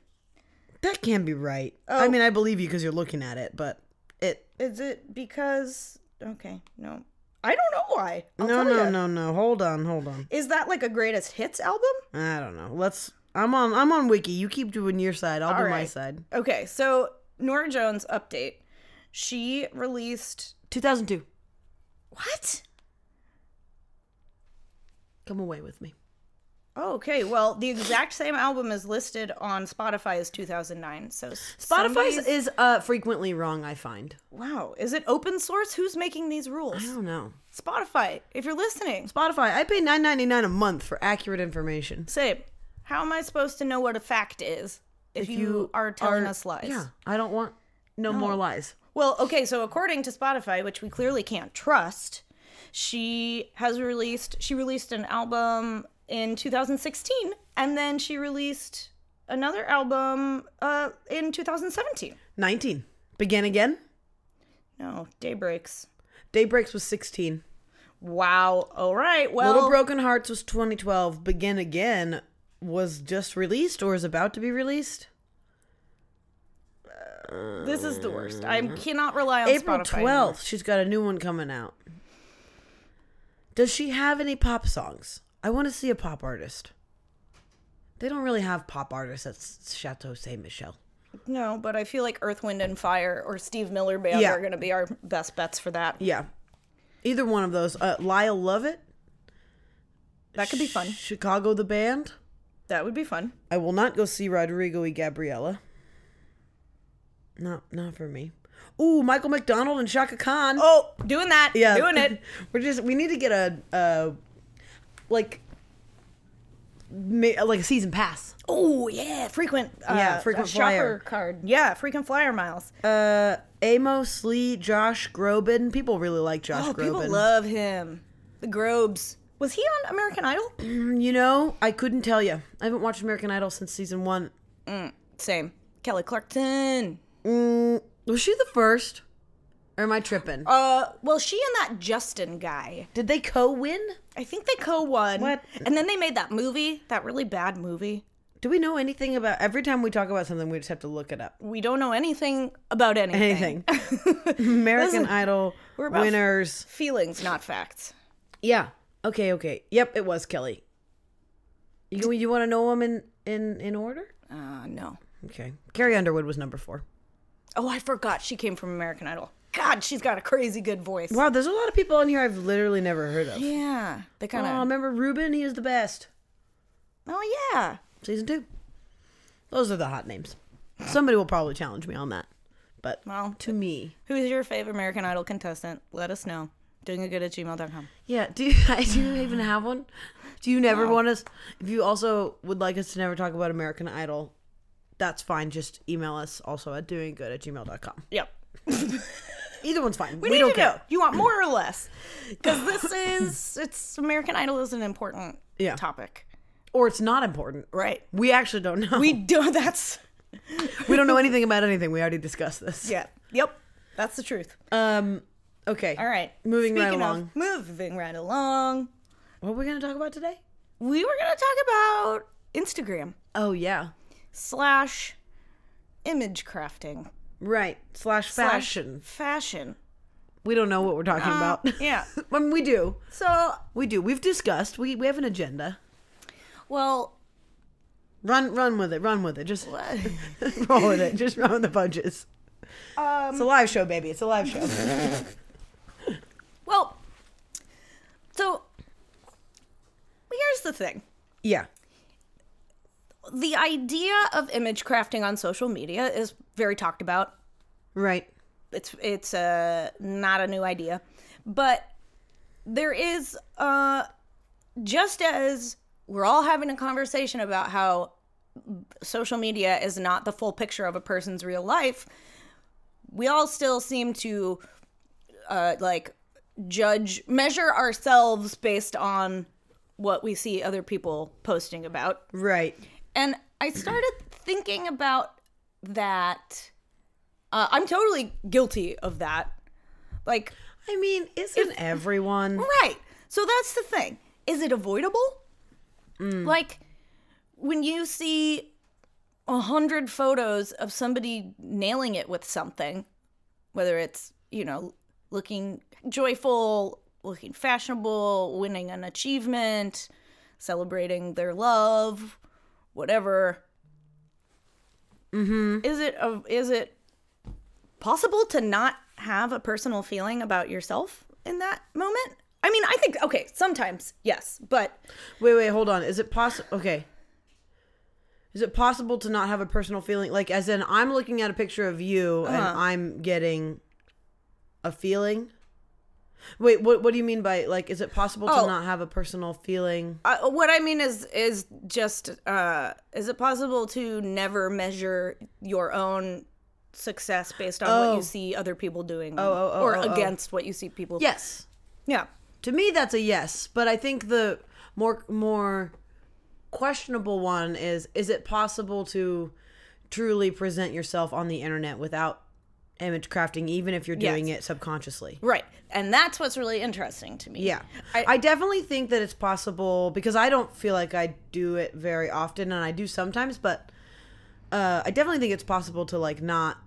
B: That can be right.
A: Oh.
B: I mean, I believe you because you're looking at it, but it.
A: Is it because? Okay, no, I don't know why. I'll
B: no,
A: tell
B: no,
A: ya.
B: no, no. Hold on, hold on.
A: Is that like a greatest hits album?
B: I don't know. Let's. I'm on. I'm on Wiki. You keep doing your side. I'll do my
A: right.
B: side.
A: Okay, so Nora Jones update. She released
B: 2002.
A: what?
B: Come away with me.
A: Oh, Okay, well, the exact same album is listed on Spotify as 2009. So
B: Spotify's
A: somebody's-
B: is uh frequently wrong. I find.
A: wow, is it open source? Who's making these rules?
B: I don't know.
A: Spotify, if you're listening,
B: Spotify. I pay 9.99 a month for accurate information.
A: say, how am I supposed to know what a fact is if, you, are telling us lies?
B: Yeah, I don't want no, more lies.
A: Well, okay, so according to Spotify, which we clearly can't trust, she has released she released an album in 2016 and then she released another album uh in 2017.
B: 19. Begin again.
A: No, Daybreaks.
B: Daybreaks was 16.
A: Wow. All right. Well,
B: Little Broken Hearts was 2012. Begin again was just released or is about to be released.
A: this is the worst. I cannot rely on
B: Mm-hmm. April
A: Spotify.
B: 12th, she's got a new one coming out. Does she have any pop songs? I want to see a pop artist. They don't really have pop artists at S- Chateau Saint Michel.
A: No, but I feel like Earth, Wind, and Fire or Steve Miller Band
B: Yeah.
A: are going to be our best bets for that.
B: Yeah, either one of those. Uh, Lyle Lovett,
A: That could be fun.
B: Chicago the band.
A: That would be fun.
B: I will not go see Rodrigo y Gabriela. Not, not for me. Ooh, Michael McDonald and Shaka Khan.
A: Oh, doing that.
B: yeah,
A: Doing it.
B: [LAUGHS] We're just we need to get a, uh like, ma- like a season pass.
A: Oh, yeah. Frequent. Uh,
B: Yeah,
A: a
B: frequent flyer.
A: shopper card. Yeah, frequent flyer miles.
B: Uh, Amos Lee, Josh Groban. People really like Josh
A: oh,
B: Groban.
A: people love him. The Grobes. Was he on American Idol?
B: you know, I couldn't tell you. I haven't watched American Idol since season one.
A: Same. Kelly Clarkson.
B: Mm, was she the first? Or am I tripping?
A: Uh, well, she and that Justin guy.
B: Did they co-win?
A: I think they co-won.
B: What?
A: And then they made that movie, that really bad movie.
B: Do we know anything about? Every time we talk about something, we just have to look it up. [LAUGHS]
A: We don't know anything about anything.
B: Anything. American Idol
A: about-
B: winners.
A: [LAUGHS] Feelings, not facts.
B: yeah. Okay. Okay. Yep. It was Kelly. You you want to know them in in in order?
A: Uh, no.
B: Okay. Carrie Underwood was number four.
A: Oh, I forgot she came from American Idol. God, she's got a crazy good voice.
B: Wow. There's a lot of people in here I've literally never heard of.
A: Yeah. They kind
B: Oh,
A: of.
B: remember Ruben? He was the best.
A: oh, yeah.
B: Season two. Those are the hot names. Somebody will probably challenge me on that. But
A: Well,
B: to me.
A: Who's your favorite American Idol contestant? Let us know. Doing a good at gmail.com.
B: Yeah, do you, [LAUGHS] do you even have one? Do you never want us? If you also would like us to never talk about American Idol, that's fine. Just email us also at doinggood at gmail.com.
A: [LAUGHS] Yep.
B: Either one's fine. We,
A: need
B: don't
A: to
B: care.
A: know. You want more or less? Because this is it's American Idol is an important
B: Yeah.
A: topic,
B: Or it's not important.
A: right?
B: We actually don't know.
A: We
B: We,
A: do. That's
B: [LAUGHS] we don't know anything about anything. We already discussed this.
A: yeah. Yep. That's the truth.
B: Um. Okay.
A: All right.
B: Moving right
A: Speaking of
B: along.
A: moving right along.
B: What are we going to talk about today?
A: We were gonna talk about Instagram
B: Oh, yeah.
A: slash image crafting
B: Right. Slash Uh,
A: slash
B: fashion.
A: Fashion.
B: We don't know what we're talking about.
A: Yeah.
B: [LAUGHS] I mean, we do.
A: So
B: We do. We've discussed. We we have an agenda.
A: well.
B: Run run with it. Run with it. Just [LAUGHS] roll with it. Just run with the punches. it's a live show, baby. It's a live show.
A: Well, so here's the thing
B: [LAUGHS] yeah.
A: the idea of image crafting on social media is very talked about.
B: Right.
A: It's it's uh, not a new idea, but there is uh, just as we're all having a conversation about how social media is not the full picture of a person's real life. We all still seem to uh, like judge measure ourselves based on what we see other people posting about
B: Right.
A: and I started thinking about that. Uh, I'm totally guilty of that. Like,
B: I mean, isn't everyone
A: right. So that's the thing. Is it avoidable? Like, when you see a hundred photos of somebody nailing it with something, whether it's, you know, looking joyful, looking fashionable, winning an achievement, celebrating their love, whatever. Mm-hmm. Is it a, is it possible to not have a personal feeling about yourself in that moment? I mean, I think okay, sometimes yes, but
B: Wait, wait, hold on. Is it possible Okay. Is it possible to not have a personal feeling like as in I'm looking at a picture of you
A: Uh-huh.
B: and I'm getting a feeling? Wait, what what do you mean by like is it possible
A: Oh.
B: to not have a personal feeling?
A: uh, what I mean is is just uh, is it possible to never measure your own success based on what
B: Oh.
A: you see other people doing
B: oh, oh,
A: or
B: oh, oh.
A: against what you see people?
B: Yes.
A: yeah,
B: To me, that's a yes. But I think the more more questionable one is: is it possible to truly present yourself on the internet without image crafting, even if you're doing
A: Yes.
B: it subconsciously?
A: right. And that's what's really interesting to me.
B: Yeah, I,
A: I-
B: definitely think that it's possible because I don't feel like I do it very often, and I do sometimes, but uh, I definitely think it's possible to like not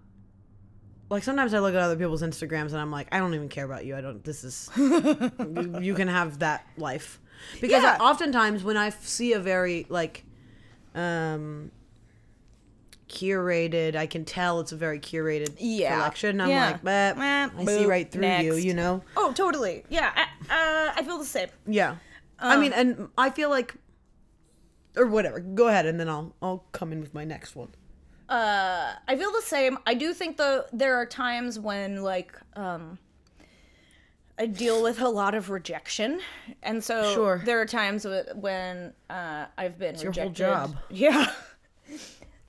B: like sometimes I look at other people's Instagrams and I'm like, I don't even care about you. I don't. This
A: [LAUGHS]
B: is you, you can have that life because
A: Yeah.
B: I, oftentimes when I f- see a very like um curated, I can tell it's a very curated
A: Yeah.
B: collection. I'm
A: Yeah.
B: like, but
A: Meh,
B: I see
A: boop,
B: right through you.
A: next.
B: You know,
A: Oh, totally. Yeah. I, uh, I feel the same.
B: yeah. I mean, and I feel like or whatever. Go ahead, and then I'll I'll come in with my next one.
A: uh i feel the same i do think though there are times when like um i deal with a lot of rejection and so
B: Sure.
A: there are times wh- when uh i've been
B: your whole
A: rejected
B: job.
A: [LAUGHS] yeah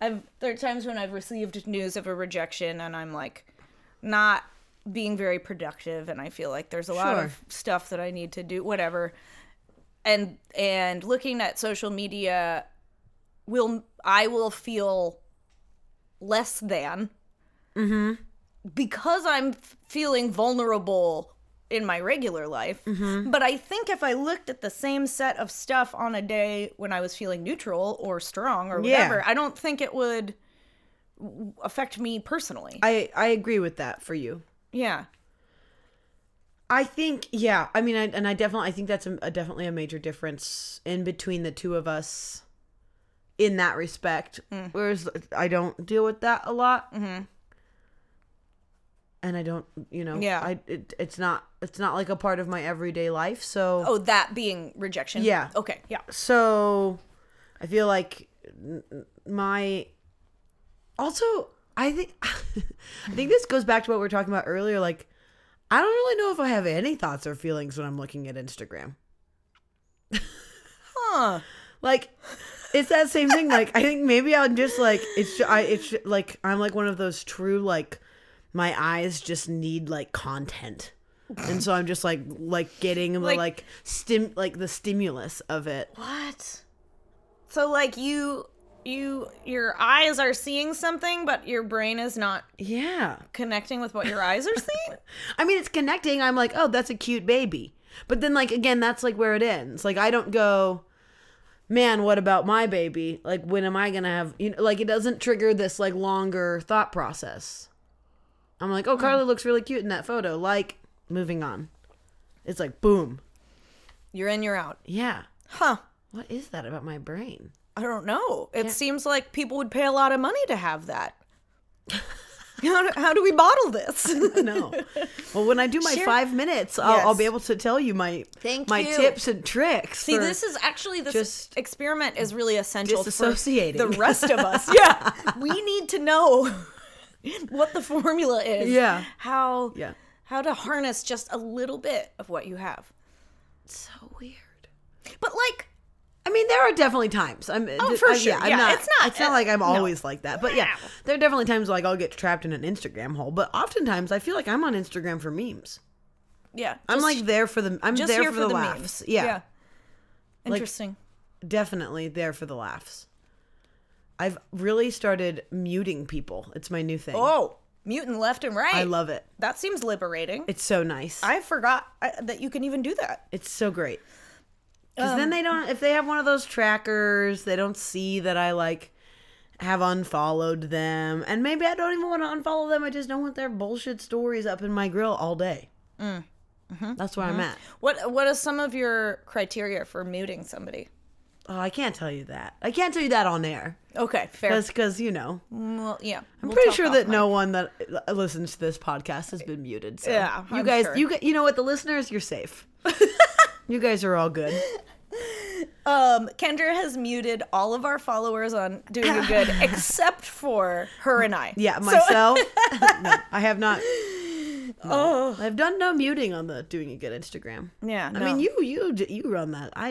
A: i've there are times when i've received news of a rejection and i'm like not being very productive and i feel like there's a lot
B: Sure.
A: of stuff that i need to do whatever and and looking at social media will I will feel less than Mm-hmm. because I'm f- feeling vulnerable in my regular life. But I think if I looked at the same set of stuff on a day when I was feeling neutral or strong or
B: Yeah.
A: whatever, I don't think it would w- affect me personally.
B: I I agree with that for you.
A: yeah.
B: I think, yeah. I mean, I, and I definitely, I think that's a, a definitely a major difference in between the two of us in that respect. Whereas I don't deal with that a lot, mm-hmm. and I don't, you know,
A: Yeah.
B: I it, it's not it's not like a part of my everyday life. So
A: Oh, that being rejection.
B: Yeah.
A: Okay. Yeah.
B: so I feel like n- n- my also I think [LAUGHS] I think this goes back to what we were talking about earlier. Like I don't really know if I have any thoughts or feelings when I'm looking at Instagram.
A: Huh.
B: Like it's that same thing. Like I think maybe I'm just like it's ju- I it's ju- like I'm like one of those true like my eyes just need like content. And so I'm just like like getting the
A: Like-
B: like stim like the stimulus of it.
A: What? So like you you your eyes are seeing something but your brain is not
B: Yeah.
A: connecting with what your eyes are seeing?
B: I mean, it's connecting. I'm like, oh, that's a cute baby. But then, like, again, that's like where it ends. Like, I don't go, man, what about my baby? Like, when am I going to have, you know, like, it doesn't trigger this, like, longer thought process. I'm like, oh, Carla looks really cute in that photo. Like, moving on. It's like, boom.
A: [LAUGHS] You're in, you're out.
B: Yeah.
A: Huh.
B: What is that about my brain? [LAUGHS]
A: I don't know. It seems like people would pay a lot of money to have that. [LAUGHS] how, do, how do we bottle [LAUGHS] this?
B: No. well, when I do my
A: Sure.
B: five minutes, I'll, I'll
A: Yes.
B: be able to tell you my
A: Thank
B: my
A: you.
B: tips and tricks.
A: See,
B: for-
A: this is actually this
B: just
A: experiment is really essential for
B: disassociating.
A: the rest of us.
B: [LAUGHS]
A: yeah, we need to know [LAUGHS] what the formula is.
B: Yeah.
A: how
B: Yeah.
A: how to harness just a little bit of what you have.
B: so weird.
A: But like,
B: I mean, there are definitely times. I'm oh,
A: for
B: I,
A: sure.
B: I'm
A: Yeah,
B: not,
A: it's not- uh,
B: like I'm
A: no.
B: always like that, but yeah,
A: No.
B: there are definitely times like I'll get trapped in an Instagram hole. But oftentimes, I feel like I'm on Instagram for memes.
A: yeah,
B: I'm
A: just-
B: like there for the. I'm
A: just
B: there
A: here
B: for, the, laughs. Yeah,
A: Interesting.
B: definitely there for the laughs. I've really started muting people. It's my new thing.
A: oh, mutant left and right.
B: I love it.
A: that. Seems liberating.
B: It's so nice.
A: I forgot I, that you can even do that.
B: It's so great. Because
A: Um,
B: then they don't, if they have one of those trackers, they don't see that I like have unfollowed them. And maybe I don't even want to unfollow them. I just don't want their bullshit stories up in my grill all day.
A: Mm. Mm-hmm.
B: That's where I'm at.
A: What What is some of your criteria for muting somebody?
B: Oh, I can't tell you that. I can't tell you that on air.
A: Okay, fair. Mm,
B: Because, you know, I'm
A: Well, yeah, I'm
B: pretty sure that no one that l- listens to this podcast has been muted. So
A: Yeah,
B: you
A: I'm
B: guys,
A: sure.
B: you you, you know what? The listeners,
A: [LAUGHS]
B: you're safe. you guys are all good.
A: Um, Kendra has muted all of our followers on Doing a [LAUGHS] Good except for her and I.
B: Yeah,
A: So-
B: myself. [LAUGHS] no, I have not. Oh, I've done no muting on the doing a good Instagram.
A: yeah,
B: I mean, you you d- you run that. I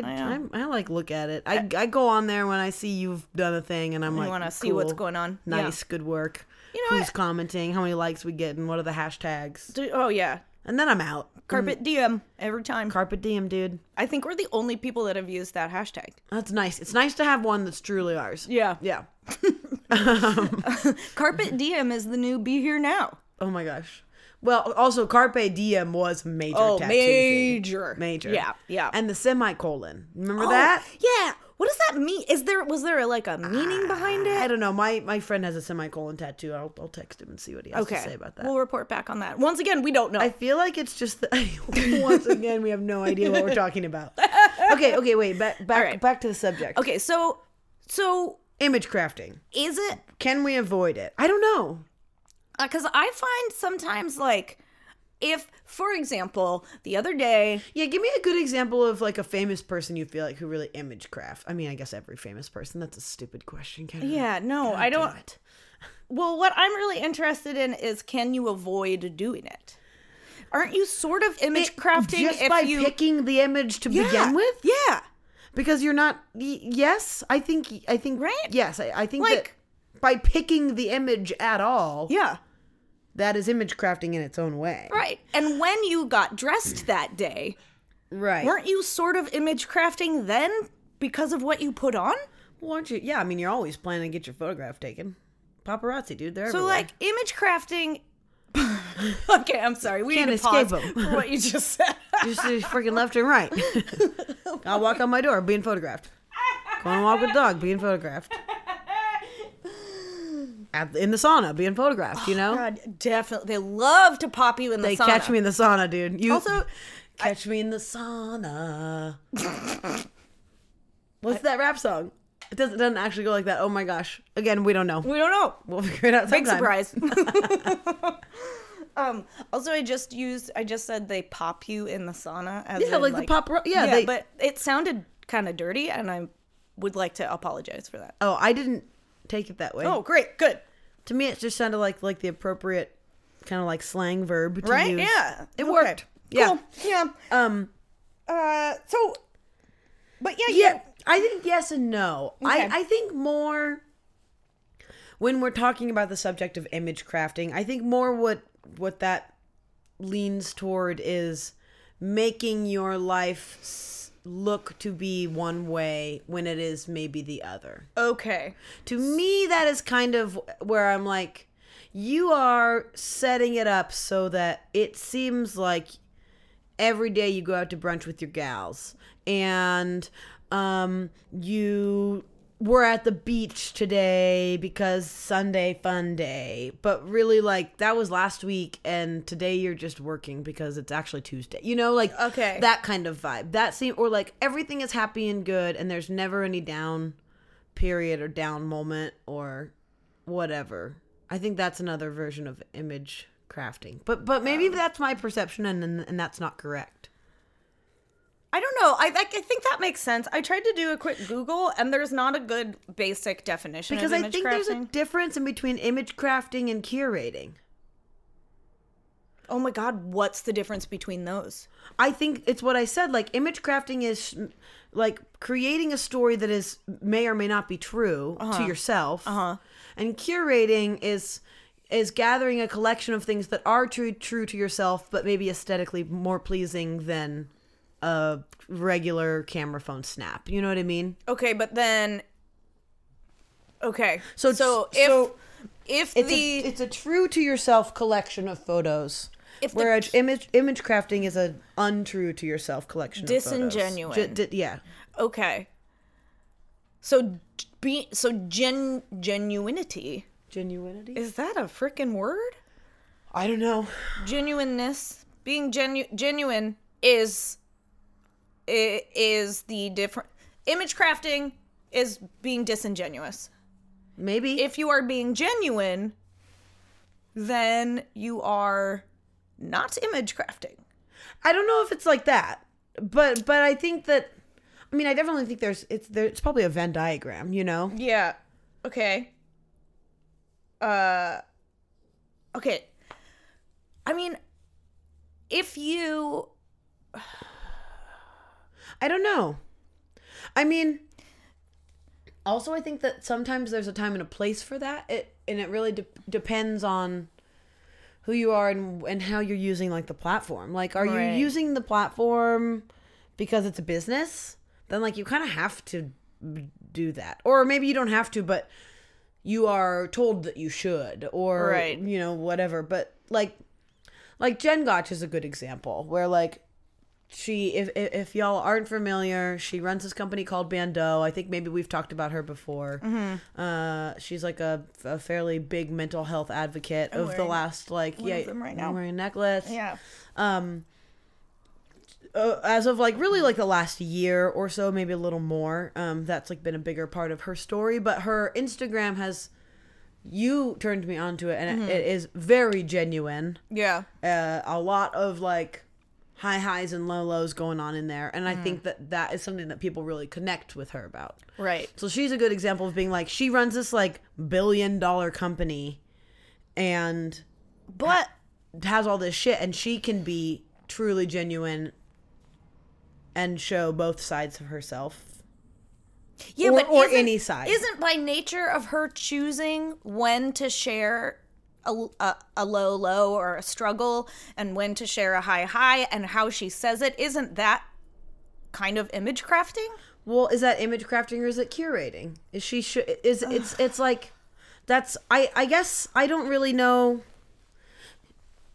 B: I, I like look at it. I, I go on there when I see you've done a thing, and I'm like,
A: want to see what's
B: cool,
A: going on. Yeah.
B: Nice, good work.
A: You know
B: who's
A: what?
B: commenting? How many likes we get, and what are the hashtags?
A: [LAUGHS] Do- oh yeah,
B: And then I'm out.
A: carpet DM every time.
B: Carpet diem, dude.
A: I think we're the only people that have used that hashtag.
B: That's nice. It's nice to have one that's truly ours.
A: Yeah, [LAUGHS]
B: Yeah. Um.
A: carpet DM is the new be here now.
B: Oh my gosh. Well, also Carpe Diem was major.
A: Oh,
B: tattoo thing.
A: major.
B: major.
A: Yeah, yeah.
B: And the semicolon. Remember
A: Oh,
B: that?
A: Yeah. What does that that mean? Is there was there like a meaning behind it?
B: I don't know. My my friend has a semicolon tattoo. I'll I'll text him and see what he has to say about that.
A: We'll report back on that. Once again, we don't know.
B: I feel like it's just
A: [LAUGHS]
B: the, [LAUGHS] once again we have no idea what we're talking about. Okay, okay, wait. Back back
A: right.
B: back to the subject.
A: okay, so so
B: Image crafting.
A: is it
B: Can we avoid it? I don't know.
A: because I find sometimes like if, for example, the other day,
B: Yeah, give me a good example of like a famous person you feel like who really image craft. I mean, I guess every famous person. That's a stupid question. Can
A: yeah, no, I don't.
B: Oh, it.
A: Well, what I'm really interested in is can you avoid doing it? Aren't you sort of image crafting
B: just
A: if
B: by
A: you
B: picking the image to
A: yeah,
B: begin with?
A: Yeah,
B: because you're not y- yes i think i think
A: Right?
B: yes i, I think
A: Like-
B: that by picking the image at all
A: yeah,
B: that is image crafting in its own way
A: right. And when you got dressed that day,
B: right
A: weren't you sort of image crafting then because of what you put on?
B: weren't you yeah i mean you're always planning to get your photograph taken paparazzi dude they're
A: So
B: everywhere.
A: like image crafting. [LAUGHS] okay, I'm sorry. We
B: Can't
A: need to pause
B: escape 'em.
A: for what you
B: [LAUGHS]
A: just said.
B: just uh, freaking left and right [LAUGHS] i'll walk on my door being photographed go on a walk with dog being
A: [LAUGHS]
B: photographed At, in the sauna being photographed you know
A: Oh, God, definitely. They love to pop you in the
B: they
A: sauna.
B: catch me in the sauna dude you
A: Also,
B: Catch me in
A: [LAUGHS]
B: the sauna. What's that rap song? It doesn't, doesn't actually go like that. Oh my gosh. Again, we don't know.
A: we don't know.
B: We'll figure it out sometime.
A: Mm. Big surprise.
B: [LAUGHS]
A: [LAUGHS] um, also, I just used. I just said they pop you in the sauna. As
B: Yeah,
A: in,
B: like the papar- yeah,
A: yeah
B: they-
A: but it sounded kind of dirty, and I would like to apologize for that.
B: Oh, I didn't take it that way.
A: Oh, great, good.
B: To me, it just sounded like like the appropriate kind of like slang verb to
A: Right?
B: use.
A: Yeah.
B: It
A: Okay.
B: worked. Yeah.
A: Cool. Yeah.
B: Um.
A: Uh. So. But yeah,
B: Yeah. I think yes and no.
A: Okay.
B: I I think more when we're talking about the subject of image crafting, I think more what what that leans toward is making your life s- look to be one way when it is maybe the other.
A: Okay.
B: To me that is kind of where I'm like you are setting it up so that it seems like every day you go out to brunch with your gals and um you were at the beach today because Sunday fun day but really like that was last week and today you're just working because it's actually Tuesday you know like
A: Okay.
B: that kind of vibe that seem or like everything is happy and good and there's never any down period or down moment or whatever I think that's another version of image crafting but but maybe
A: Um,
B: that's my perception and and, and that's not correct
A: I don't know. I, I I think that makes sense. I tried to do a quick Google, and there's not a good basic definition
B: because
A: of
B: I
A: image
B: think there's a
A: crafting.
B: difference in between image crafting and curating.
A: Oh my god, what's the difference between those?
B: I think it's what I said. Like image crafting is mm, like creating a story that is may or may not be true to yourself, uh-huh. and curating is is gathering a collection of things that are true true to yourself, but maybe aesthetically more pleasing than a regular camera phone snap. You know what I mean?
A: Okay, but then Okay.
B: So
A: So
B: it's-
A: so if
B: so
A: if
B: It's,
A: the
B: a, it's a true to yourself collection of photos.
A: If the-
B: whereas image image crafting is an untrue to yourself collection. Of
A: Disingenuine.
B: photos. Ju- di- yeah,
A: okay. So d- be so gen genuinity.
B: genuinity.
A: Is that a freaking word?
B: I don't know.
A: Genuineness, being genu- genuine is i- is the different image crafting is being disingenuous.
B: Maybe
A: if you are being genuine, then you are not image crafting.
B: I don't know if it's like that, but but I think that. I mean, I definitely think there's it's there. It's probably a Venn diagram, you know.
A: Yeah. Okay. Uh Okay. I mean, if you
B: I don't know. I mean, also I think that sometimes there's a time and a place for that. It and it really de- depends on who you are and and how you're using like the platform. Like, are
A: Right.
B: you using the platform because it's a business? Then like you kind of have to do that, or maybe you don't have to, but you are told that you should, or
A: Right.
B: you know whatever. But like, like Jen Gotch is a good example where like she if, if if y'all aren't familiar, she runs this company called Bandeau. I think maybe we've talked about her before.
A: Mm-hmm.
B: Uh, she's like a, a fairly big mental health advocate of the
A: wearing
B: last like
A: one
B: yeah
A: of them right now.
B: I'm wearing a necklace
A: Yeah.
B: um uh, as of like really like the last year or so maybe a little more um that's like been a bigger part of her story but her instagram has you turned me onto it and
A: Mm-hmm.
B: it- it is very genuine
A: Yeah.
B: uh, a lot of like high highs and low lows going on in there and i think that that is something that people really connect with her about
A: Right.
B: so she's a good example of being like she runs this like billion dollar company and
A: But
B: has all this shit and she can be truly genuine and show both sides of herself.
A: yeah,
B: or-
A: but
B: or
A: isn't-
B: any side.
A: isn't by nature of her choosing when to share a, a, a low low or a struggle and when to share a high high and how she says it isn't that kind of image crafting
B: Well, is that image crafting or is it curating? Is she sh- is it's it's like that's I I guess I don't really know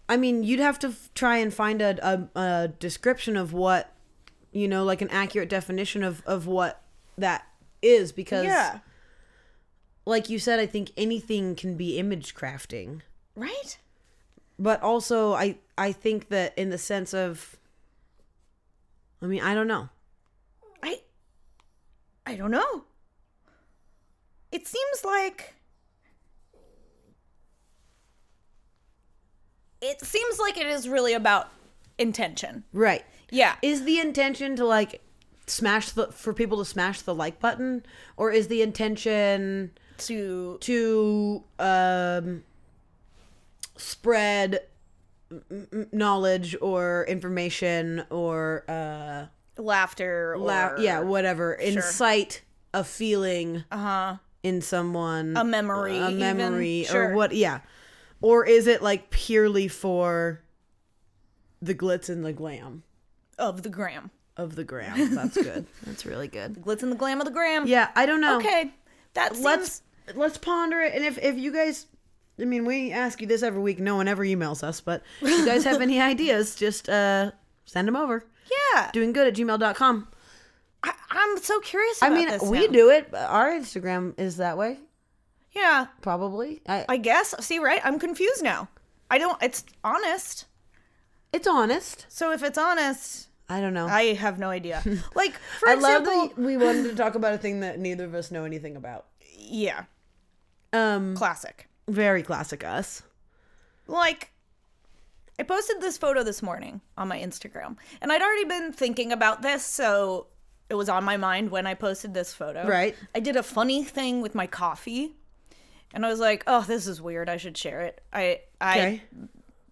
B: I mean, you'd have to f- try and find a, a a description of what you know, like an accurate definition of of what that is because like you said I think anything can be image crafting.
A: right
B: but also i i think that in the sense of i mean i don't know
A: I I don't know. It seems like it seems like it is really about intention.
B: right
A: Yeah.
B: is the intention to like smash the for people to smash the like button or is the intention
A: to
B: to um spread m- m- knowledge or information or uh
A: laughter or
B: la- yeah whatever incite a feeling
A: uh-huh.
B: in someone
A: A memory
B: a
A: even.
B: memory
A: Sure.
B: or what yeah or is it like purely for the glitz and the glam
A: of the gram.
B: of the gram that's
A: [LAUGHS]
B: good that's really good
A: Glitz and the glam of the gram.
B: yeah i don't know
A: Okay. That seems
B: let's let's ponder it and if if you guys i mean we ask you this every week no one ever emails us but if you guys [LAUGHS] have any ideas just uh send them over
A: yeah.
B: doing good at gmail.com
A: I, I'm so curious
B: i
A: about
B: mean
A: this
B: we
A: now.
B: do it but our instagram is that way
A: Yeah.
B: probably I,
A: I guess see right? I'm confused now. I don't it's honest.
B: it's honest
A: So if it's honest,
B: i don't know
A: I have no idea.
B: [LAUGHS]
A: Like, for
B: I love
A: example,
B: that we wanted to talk about a thing that neither of us know anything about.
A: yeah,
B: Um,
A: classic.
B: very classic us.
A: Like, I posted this photo this morning on my Instagram, and I'd already been thinking about this, so it was on my mind when I posted this photo.
B: Right.
A: I did a funny thing with my coffee, and I was like, "Oh, this is weird. I should share it." I I
B: Okay.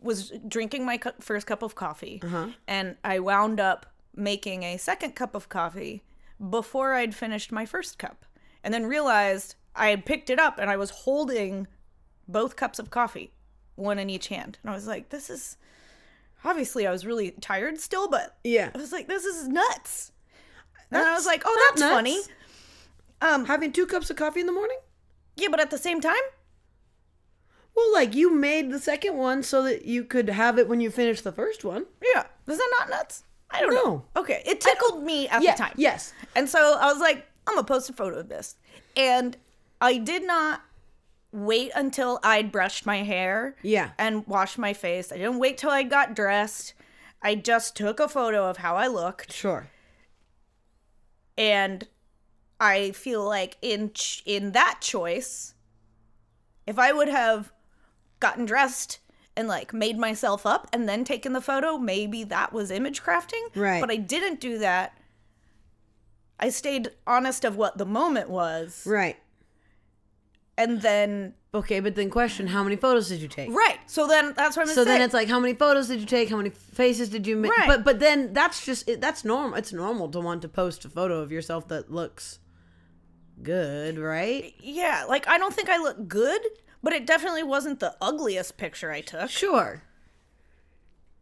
A: was drinking my cu- first cup of coffee,
B: Uh-huh.
A: and I wound up making a second cup of coffee before I'd finished my first cup, and then realized I had picked it up and I was holding both cups of coffee, one in each hand, and I was like, "This is." Obviously, I was really tired still, but
B: Yeah.
A: I was like, "This is nuts." and I was like, "Oh,
B: Not
A: that's
B: nuts.
A: funny." Um,
B: Having two cups of coffee in the morning?
A: yeah, but at the same time,
B: Well, like you made the second one so that you could have it when you finish the first one.
A: yeah, is that not nuts? I don't know. Okay, it tickled me at
B: Yeah,
A: the time.
B: yes.
A: And so I was like, I'm gonna post a photo of this. And I did not wait until I'd brushed my hair.
B: Yeah.
A: And washed my face. I didn't wait till I got dressed. I just took a photo of how I looked.
B: Sure.
A: And I feel like in ch- in that choice, if I would have gotten dressed and like made myself up and then taken the photo, maybe that was image crafting.
B: Right.
A: But I didn't do that. I stayed honest of what the moment was.
B: Right.
A: and then
B: Okay, but then question: How many photos did you take?
A: right. So then that's what I'm
B: So
A: saying.
B: then it's like, how many photos did you take? How many faces did you make?
A: Right.
B: But but then that's just it, that's normal. It's normal to want to post a photo of yourself that looks good, right?
A: yeah, like I don't think I look good, but it definitely wasn't the ugliest picture I took.
B: Sure.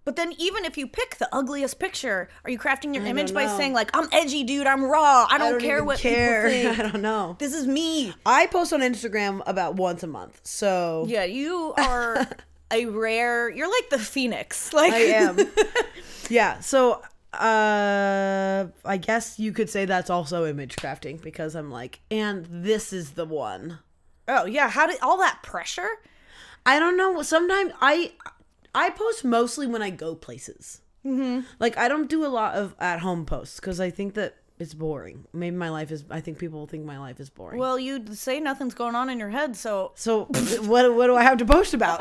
A: But then even if you pick the ugliest picture, are you crafting your image
B: don't
A: by
B: know.
A: saying like I'm edgy, dude, I'm raw, I don't, care
B: even
A: what people
B: [LAUGHS] I
A: think.
B: don't know.
A: [LAUGHS] This is me.
B: I post on Instagram about once a month, so
A: Yeah, you [LAUGHS]
B: [LAUGHS]
A: are a rare. You're like the phoenix. Like
B: I am. yeah, so Uh, I guess you could say that's also image crafting because I'm like, and this is the one.
A: Oh yeah, how did all that pressure?
B: I don't know. Sometimes I I post mostly when I go places. Mm-hmm. Like I don't do a lot of at home posts because I think that it's boring. Maybe my life is. I think people think my life is boring.
A: Well, you say nothing's going on in your head, so
B: so [LAUGHS] what what do I have to post
A: [LAUGHS]
B: about?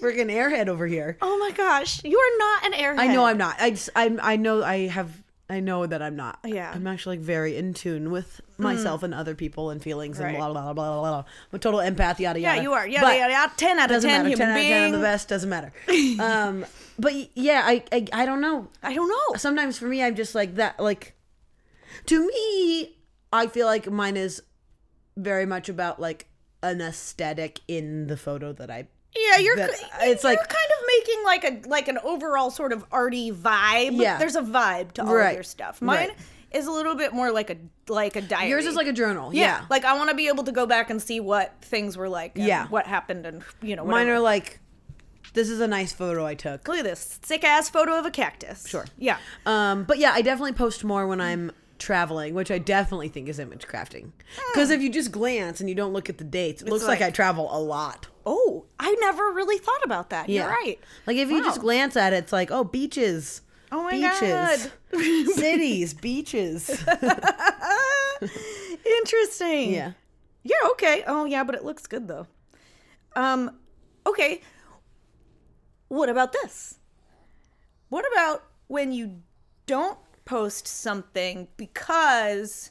B: Freaking airhead over here.
A: oh my gosh, you are not an airhead.
B: I know I'm not. I just, I'm I know I have. I know that I'm not.
A: Yeah. Hmm.
B: I'm actually like very in tune with myself and other people and feelings
A: Right.
B: and blah blah blah blah blah. blah. I'm a total empath. Yada
A: Yeah,
B: yada.
A: you are. Yeah,
B: But-
A: yeah, yeah. Ten out of
B: doesn't
A: ten
B: matter.
A: human
B: Ten out of ten, I'm
A: being.
B: the best. Doesn't
A: [LAUGHS]
B: matter. Um, but y- yeah, I, I I don't know.
A: I don't know.
B: Sometimes for me, I'm just like that. Like to me, I feel like mine is very much about like an aesthetic in the photo that I.
A: Yeah, you're.
B: that-
A: it's
B: it's
A: like
B: like-
A: kind of making like a like an overall sort of arty vibe.
B: Yeah.
A: there's a vibe to all of
B: Right.
A: your stuff. Mine
B: Right.
A: is a little bit more like a like a diary.
B: Yours is like a journal.
A: yeah,
B: Yeah.
A: like I want to be able to go back and see what things were like. and
B: Yeah.
A: what happened and you know.
B: mine
A: whatever.
B: are like, this is a nice photo I took.
A: Look at this sick ass photo of a cactus. Sure. Yeah.
B: Um, but yeah, I definitely post more when I'm traveling, which I definitely think is image crafting. Because if you just glance and you don't look at the dates, it looks like,
A: Ah. like-
B: I travel a lot.
A: Oh, I never really thought about that. You're right.
B: Like if you just
A: Wow.
B: glance at it, it's like, oh, beaches.
A: Oh my [LAUGHS]
B: beaches. Cities, beaches.
A: Interesting.
B: Yeah.
A: Yeah, okay. Oh yeah, but it looks good though. Um okay. What about this? What about when you don't post something because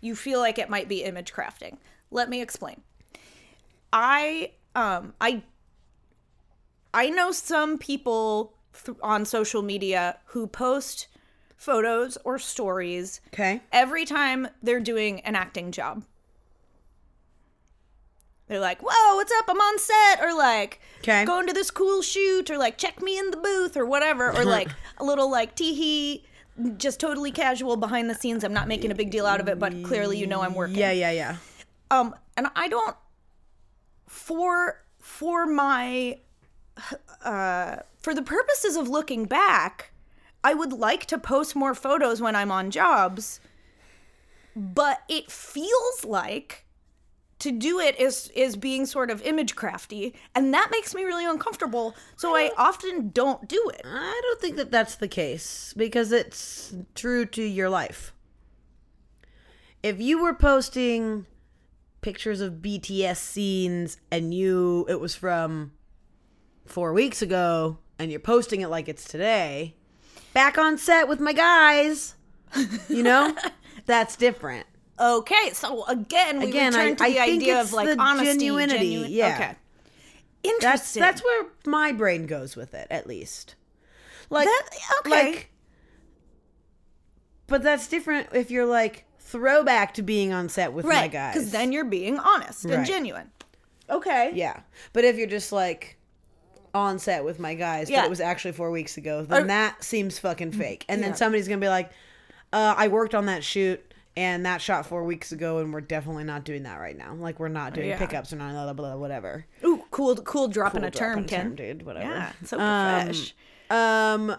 A: you feel like it might be image crafting? Let me explain. I um I I know some people th- on social media who post photos or stories
B: Okay.
A: every time they're doing an acting job. They're like, whoa, what's up? I'm on set. Or like,
B: Okay.
A: going to this cool shoot. Or like, check me in the booth or whatever. Or like, a little like, tee hee, just totally casual behind the scenes. I'm not making a big deal out of it, but clearly you know I'm working.
B: Yeah, yeah, yeah.
A: Um, and I don't, for, for my, uh, for the purposes of looking back, I would like to post more photos when I'm on jobs but it feels like to do it is is being sort of image crafty and that makes me really uncomfortable so i often don't do it
B: I don't think that that's the case because it's true to your life. If you were posting pictures of BTS scenes and you it was from 4 weeks ago and you're posting it like it's today, back on set with my guys,
A: [LAUGHS]
B: you know? that's different.
A: okay so again we
B: Again,
A: return
B: I-
A: to
B: I
A: the
B: think
A: idea
B: it's
A: of like
B: the
A: honesty
B: genuinity,
A: genuine-
B: yeah.
A: okay
B: That's
A: interesting
B: that's where my brain goes with it, at least. Like
A: That- okay.
B: like- but that's different if you're like throwback to being on set with my
A: right
B: guys.
A: because then you're being honest and
B: Right.
A: genuine okay
B: yeah. But if you're just like on set with my guys,
A: Yeah.
B: but it was actually four weeks ago, then
A: Or- Mm-hmm.
B: that seems fucking fake. And
A: Yeah.
B: then somebody's gonna be like, uh, "I worked on that shoot." And that shot four weeks ago, and we're definitely not doing that right now. Like we're not doing
A: Yeah.
B: pickups or not blah blah blah whatever.
A: ooh cool cool dropping
B: Cool,
A: a term
B: dropping
A: ken
B: dude. Whatever.
A: yeah so
B: Um,
A: profesh.
B: Um,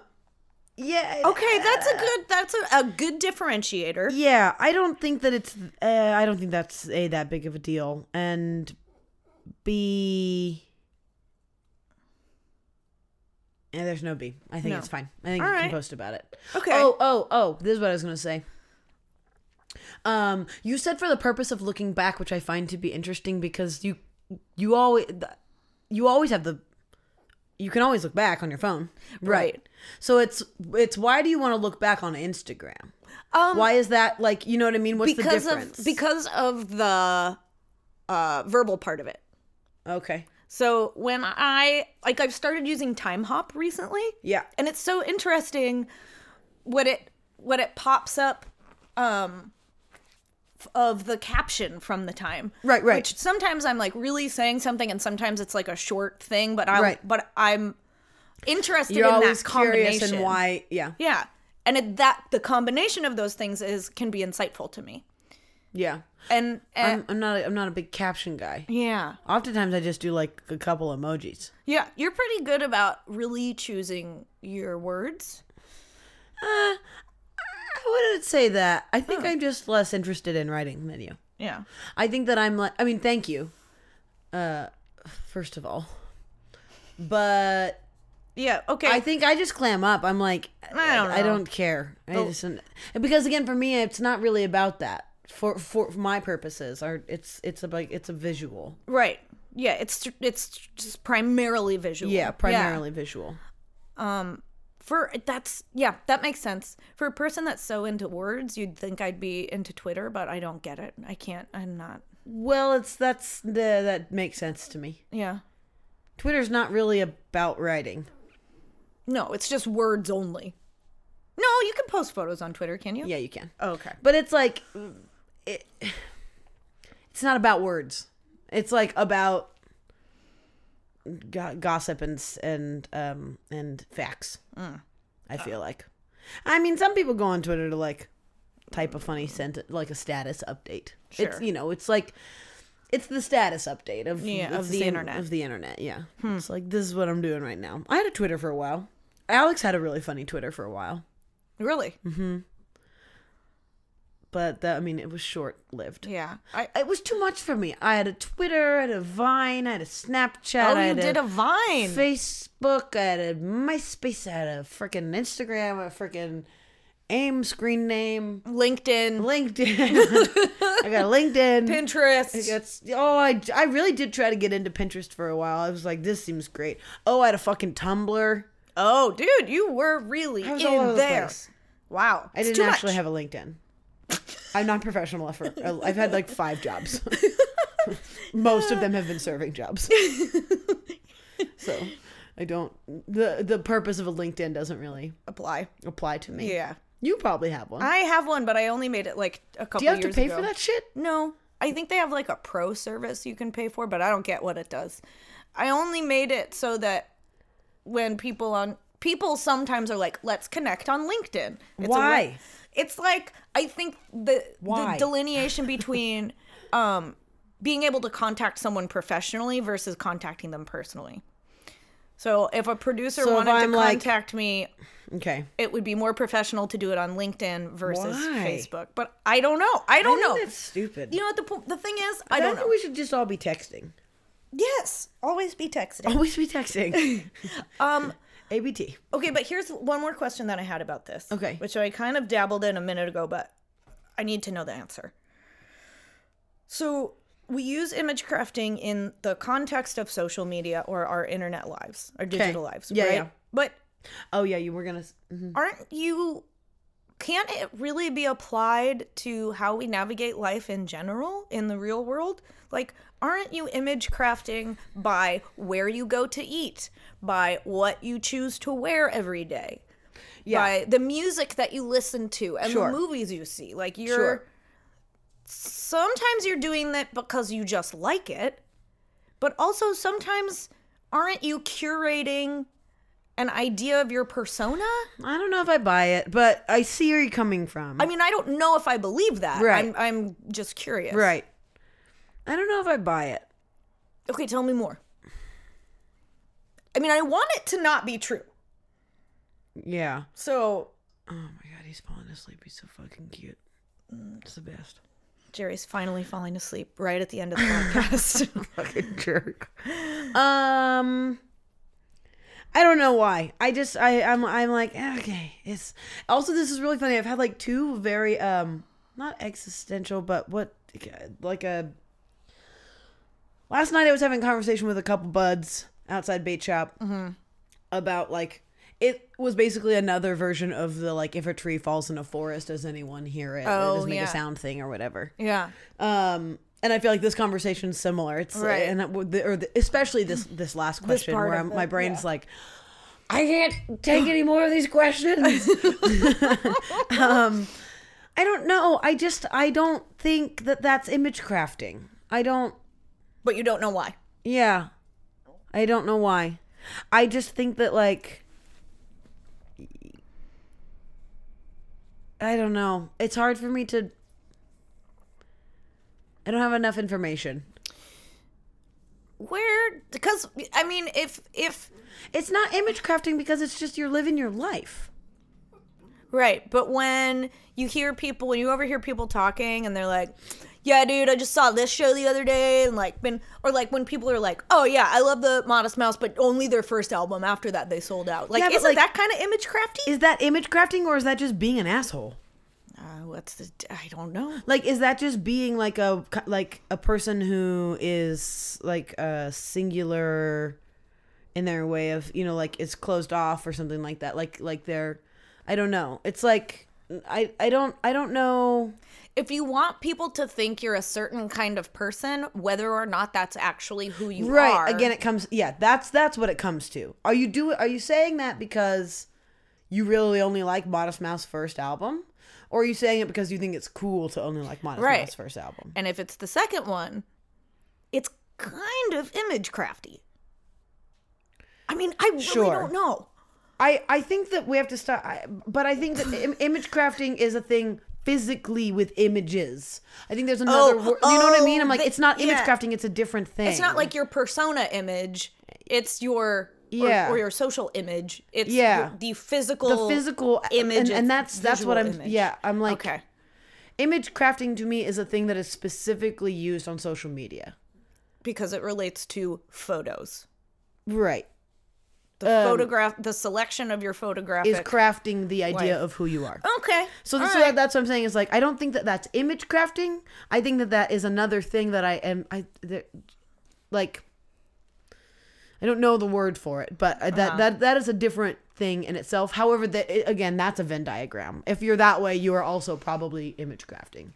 B: yeah.
A: okay that's a good that's a, a good differentiator
B: Yeah, I don't think that it's. Uh, I don't think that's a that big of a deal, and b. Yeah, there's no b. I think
A: No.
B: it's fine. I think
A: All
B: you
A: right.
B: can post about it.
A: Okay.
B: Oh, oh, oh! This is what I was gonna say. Um, you said for the purpose of looking back, which I find to be interesting because you, you always, you always have the, you can always look back on your phone,
A: Right.
B: So it's it's why do you want to look back on Instagram?
A: um
B: Why is that like you know what I mean? What's
A: because
B: the difference?
A: of because of the uh, verbal part of it.
B: okay,
A: So when I like I've started using Time Hop recently,
B: yeah,
A: and it's so interesting what it what it pops up um f- of the caption from the time.
B: Right, right.
A: Which sometimes I'm like really saying something and sometimes it's like a short thing, but I am
B: Right.
A: but I'm interested
B: you're
A: in
B: always
A: that combination.
B: curious and why? Yeah,
A: Yeah. And it, that the combination of those things is can be insightful to me.
B: yeah.
A: And, and
B: I'm, I'm not a, I'm not a big caption guy.
A: yeah.
B: Oftentimes I just do like a couple emojis.
A: Yeah, you're pretty good about really choosing your words.
B: I wouldn't say that. I think I'm just less interested in writing than you.
A: Yeah.
B: I think that I'm like I mean, thank you. Uh first of all. But
A: Yeah. Okay.
B: I think I just clam up. I'm like I
A: don't
B: don't, I,
A: know.
B: don't care. I just because again for me it's not really about that. For for my purposes, or it's it's a like it's a visual.
A: right. Yeah. It's it's just primarily visual.
B: Yeah, primarily visual.
A: for that's yeah that makes sense for a person that's so into words you'd think i'd be into twitter but i don't get it i can't i'm not
B: Well, it's that's the that makes sense to me.
A: yeah
B: Twitter's not really about writing.
A: no it's just words only no you can post photos on twitter can you
B: Yeah, Oh, you can.
A: okay
B: But it's like it, it's not about words. It's like about go- gossip and s- and um and facts.
A: Mm.
B: I feel like. I mean, some people go on Twitter to like type a funny sentence, like a status update. It's
A: Sure.
B: you know, it's like it's the status update of
A: Yeah,
B: it's
A: of the
B: same-
A: internet. Hmm.
B: of the internet. Yeah, it's like this is what I'm doing right now. I had a Twitter for a while. Alex had a really funny Twitter for a while, [LAUGHS]
A: really
B: but that I mean, it was short lived.
A: yeah i
B: it was too much for me. I had a Twitter, I had a Vine, I had a Snapchat.
A: oh
B: I
A: you
B: had
A: did a vine
B: Facebook, I had a MySpace, I had a freaking Instagram, a freaking AIM screen name,
A: linkedin
B: LinkedIn. [LAUGHS] I got a LinkedIn.
A: pinterest
B: That's oh, I, I really did try to get into Pinterest for a while. I was like, this seems great. Oh, I had a fucking Tumblr.
A: oh dude you were really
B: I was
A: in
B: all over the
A: there
B: place.
A: wow
B: I didn't actually have a LinkedIn. I'm not professional enough. for- uh,
A: [LAUGHS]
B: I've had like five jobs. Most
A: Uh.
B: of them have been
A: [LAUGHS]
B: serving jobs. so I don't. the The purpose of a LinkedIn doesn't really
A: apply
B: apply to me.
A: yeah
B: you probably have one.
A: i have one but i only made it like a couple
B: Do you have to
A: years
B: pay
A: ago.
B: for that shit?
A: No, I think they have like a pro service you can pay for, but I don't get what it does. I only made it so that when people on people sometimes are like, let's connect on LinkedIn. It's a
B: Why?
A: li- it's like I think the
B: Why?
A: the
B: [LAUGHS]
A: delineation between um being able to contact someone professionally versus contacting them personally. So if a producer
B: So if
A: wanted
B: I'm
A: to
B: like-
A: contact me,
B: Okay.
A: it would be more professional to do it on LinkedIn versus
B: Why?
A: Facebook. But I don't know. I don't know.
B: That's stupid.
A: You know what the po- the thing is? I don't know.
B: think we should just all be texting.
A: yes, [LAUGHS] always be texting.
B: Always be [LAUGHS] texting.
A: Um,
B: ABT.
A: okay, but here's one more question that I had about this.
B: Oh. Okay.
A: which I kind of dabbled in a minute ago, but I need to know the answer. So we use image crafting in the context of social media or our internet lives, our digital lives,
B: Yeah,
A: right?
B: yeah.
A: But
B: Oh yeah, you were gonna. s- mhm.
A: aren't you? Can't it really be applied to how we navigate life in general in the real world? Like, aren't you image crafting by where you go to eat, by what you choose to wear every day,
B: Yeah.
A: by the music that you listen to and
B: Sure.
A: the movies you see? Like, you're
B: Sure.
A: sometimes you're doing that because you just like it, but also sometimes aren't you curating an idea of your persona?
B: I don't know if I buy it, but I see where you're coming from.
A: I mean, I don't know if I believe that.
B: Right.
A: I'm, I'm just curious.
B: Right. I don't know if I buy it.
A: Okay, tell me more. I mean, I want it to not be true.
B: Yeah.
A: So,
B: Oh my god, he's falling asleep. He's so fucking cute. Mm, It's the best.
A: Jerry's finally falling asleep right at the end of
B: [LAUGHS]
A: the podcast. [LAUGHS]
B: Fucking jerk. Um I don't know why. I just I I'm I'm like, eh, okay. It's also this is really funny. I've had like two very um not existential, but what like a Last night I was having a conversation with a couple buds outside bait shop about like it was basically another version of the like if a tree falls in a forest, does anyone hear it?
A: Oh,
B: it does make
A: yeah.
B: a sound thing or whatever.
A: yeah.
B: Um, and I feel like this conversation's similar. It's
A: Right.
B: and that would- the, or the, especially this this last question
A: part
B: where
A: of
B: I'm, my
A: it,
B: brain's like, I can't take any more of these questions. [LAUGHS] um, I don't know. I just I don't think that that's image crafting. I don't.
A: But you don't know why.
B: Yeah, I don't know why. I just think that like. I don't know. It's hard for me to. I don't have enough information.
A: Where? Because, I mean, if, if,
B: It's not image crafting because it's just you're living your life.
A: Right. But when you hear people, when you overhear people talking and they're like, yeah, dude, I just saw this show the other day. And like, been, or like when people are like, oh, yeah, I love the Modest Mouse, but only their first album. After that, they sold out. Like,
B: Yeah, but,
A: isn't
B: like-
A: that kind of image crafty?
B: Is that image crafting or is that just being an asshole?
A: uh, what's the, I don't know.
B: Like, is that just being like a like a person who is like a singular in their way of you know like it's closed off or something like that? Like like they're, I don't know. It's like I I don't I don't know.
A: If you want people to think you're a certain kind of person, whether or not that's actually who you
B: right
A: are.
B: again it comes yeah that's that's what it comes to are you do are you saying that because you really only like modest mouse first album or are you saying it because you think it's cool to only like modest
A: Right.
B: mouse first album
A: And if it's the second one, it's kind of image crafty. I mean, I really
B: Sure.
A: don't know.
B: i i think that we have to stop I, but i think that
A: [SIGHS]
B: Im- image crafting is a thing physically with images i think there's another word you know what i mean i'm
A: oh,
B: like
A: the-
B: it's not image
A: yeah.
B: crafting it's a different thing
A: It's not like your persona image, it's your
B: Yeah.
A: or, or your social image. It's
B: Yeah.
A: your- the physical
B: the physical
A: image
B: and,
A: it's
B: and that's that's what i'm
A: visual image.
B: yeah i'm like
A: okay.
B: image crafting to me is a thing that is specifically used on social media
A: Because it relates to photos.
B: Right.
A: The photograph the selection of your photographic
B: Um, Is crafting the idea
A: Life.
B: of who you are.
A: Okay.
B: So,
A: all
B: this, so
A: right.
B: that's what I'm saying is like I don't think that that's image crafting. I think that that is another thing that I am I there, like I don't know the word for it, but uh
A: Uh-huh.
B: that that that is a different thing in itself. However, that it- again, that's a Venn diagram. If you're that way, you are also probably image crafting.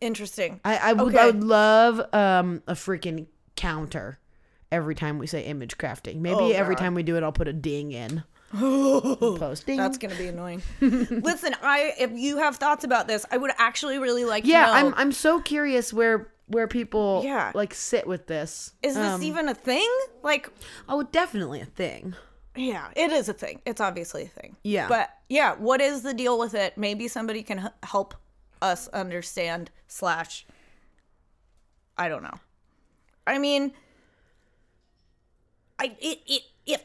A: interesting.
B: I I would,
A: Okay.
B: I would love um a freaking counter every time we say image crafting. Maybe
A: Oh,
B: every
A: God.
B: time we do it, I'll put a ding
A: [LAUGHS]
B: in. Post ding.
A: That's gonna be annoying. [LAUGHS] Listen, I if you have thoughts about this, I would actually really like
B: Yeah,
A: to know.
B: I'm I'm so curious where where people
A: Yeah.
B: like sit with this.
A: is this even a thing? Like,
B: Oh, definitely a thing.
A: yeah, it is a thing. It's obviously a thing.
B: Yeah.
A: But yeah, what is the deal with it? Maybe somebody can h- help us understand. Slash, I don't know. I mean, I it it if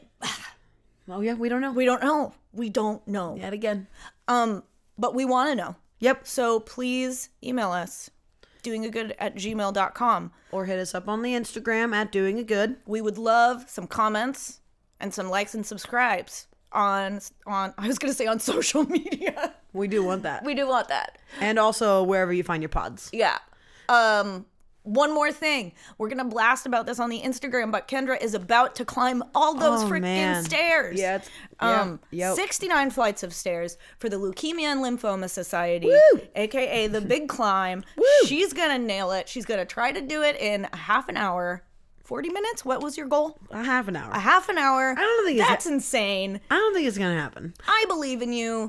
B: Oh yeah, we don't know.
A: we don't know, we don't know.
B: Yet again.
A: Um, but we want to know.
B: Yep.
A: So please email us doingagood at gmail.com.
B: Or hit us up on the Instagram at doing a good.
A: We would love some comments and some likes and subscribes on on [LAUGHS] I was going to say on social media.
B: We do want that.
A: we do want that.
B: and also wherever you find your pods.
A: Yeah. Um one more thing. We're going to blast about this on the Instagram, but Kendra is about to climb all those
B: Oh,
A: freaking
B: man.
A: stairs.
B: Yeah, it's- yeah,
A: Um,
B: yep.
A: 69 flights of stairs for the Leukemia and Lymphoma Society, aka [LAUGHS] the Big Climb. She's gonna nail it. She's gonna try to do it in a half an hour, 40 minutes. What was your goal?
B: A half an hour.
A: A half an hour. I
B: don't think it's-
A: that's insane.
B: I don't think it's gonna happen.
A: I believe in you.
B: Uh,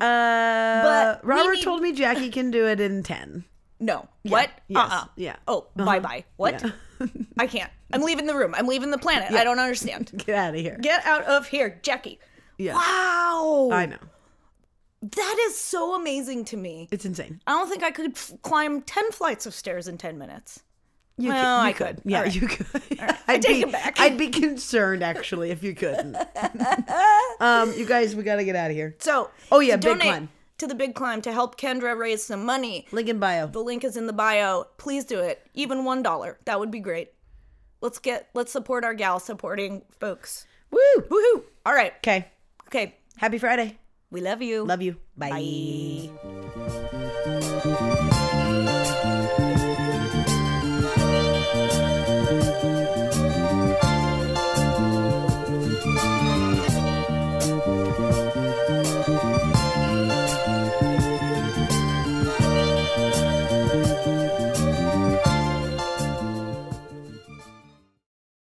A: But we
B: Robert
A: need-
B: told me Jackie can do it in ten.
A: no. What?
B: yes,
A: Uh-uh.
B: yeah.
A: Oh, bye bye. What? [LAUGHS] I can't. I'm leaving the room. I'm leaving the planet. I don't understand.
B: [LAUGHS] Get out of here.
A: [LAUGHS] Get out of here, Jackie.
B: Yeah.
A: Wow.
B: I know.
A: That is so amazing to me.
B: It's insane.
A: I don't think I could f- climb 10 flights of stairs in 10 minutes.
B: You
A: Well,
B: you
A: I could.
B: Yeah,
A: All right.
B: you could.
A: I take
B: be,
A: it back.
B: [LAUGHS] I'd be concerned actually if
A: [LAUGHS]
B: you couldn't. um, you guys, we gotta get out of here.
A: So,
B: Oh, yeah,
A: to
B: Big
A: donate
B: Climb.
A: To the big climb to help Kendra raise some money.
B: Link in bio.
A: The link is in the bio. Please do it. Even $1. That would be great. Let's get let's support our gal supporting folks.
B: Woo!
A: Woohoo. All right.
B: Okay.
A: Okay.
B: Happy Friday.
A: We love you.
B: Love you. Bye.
A: Bye.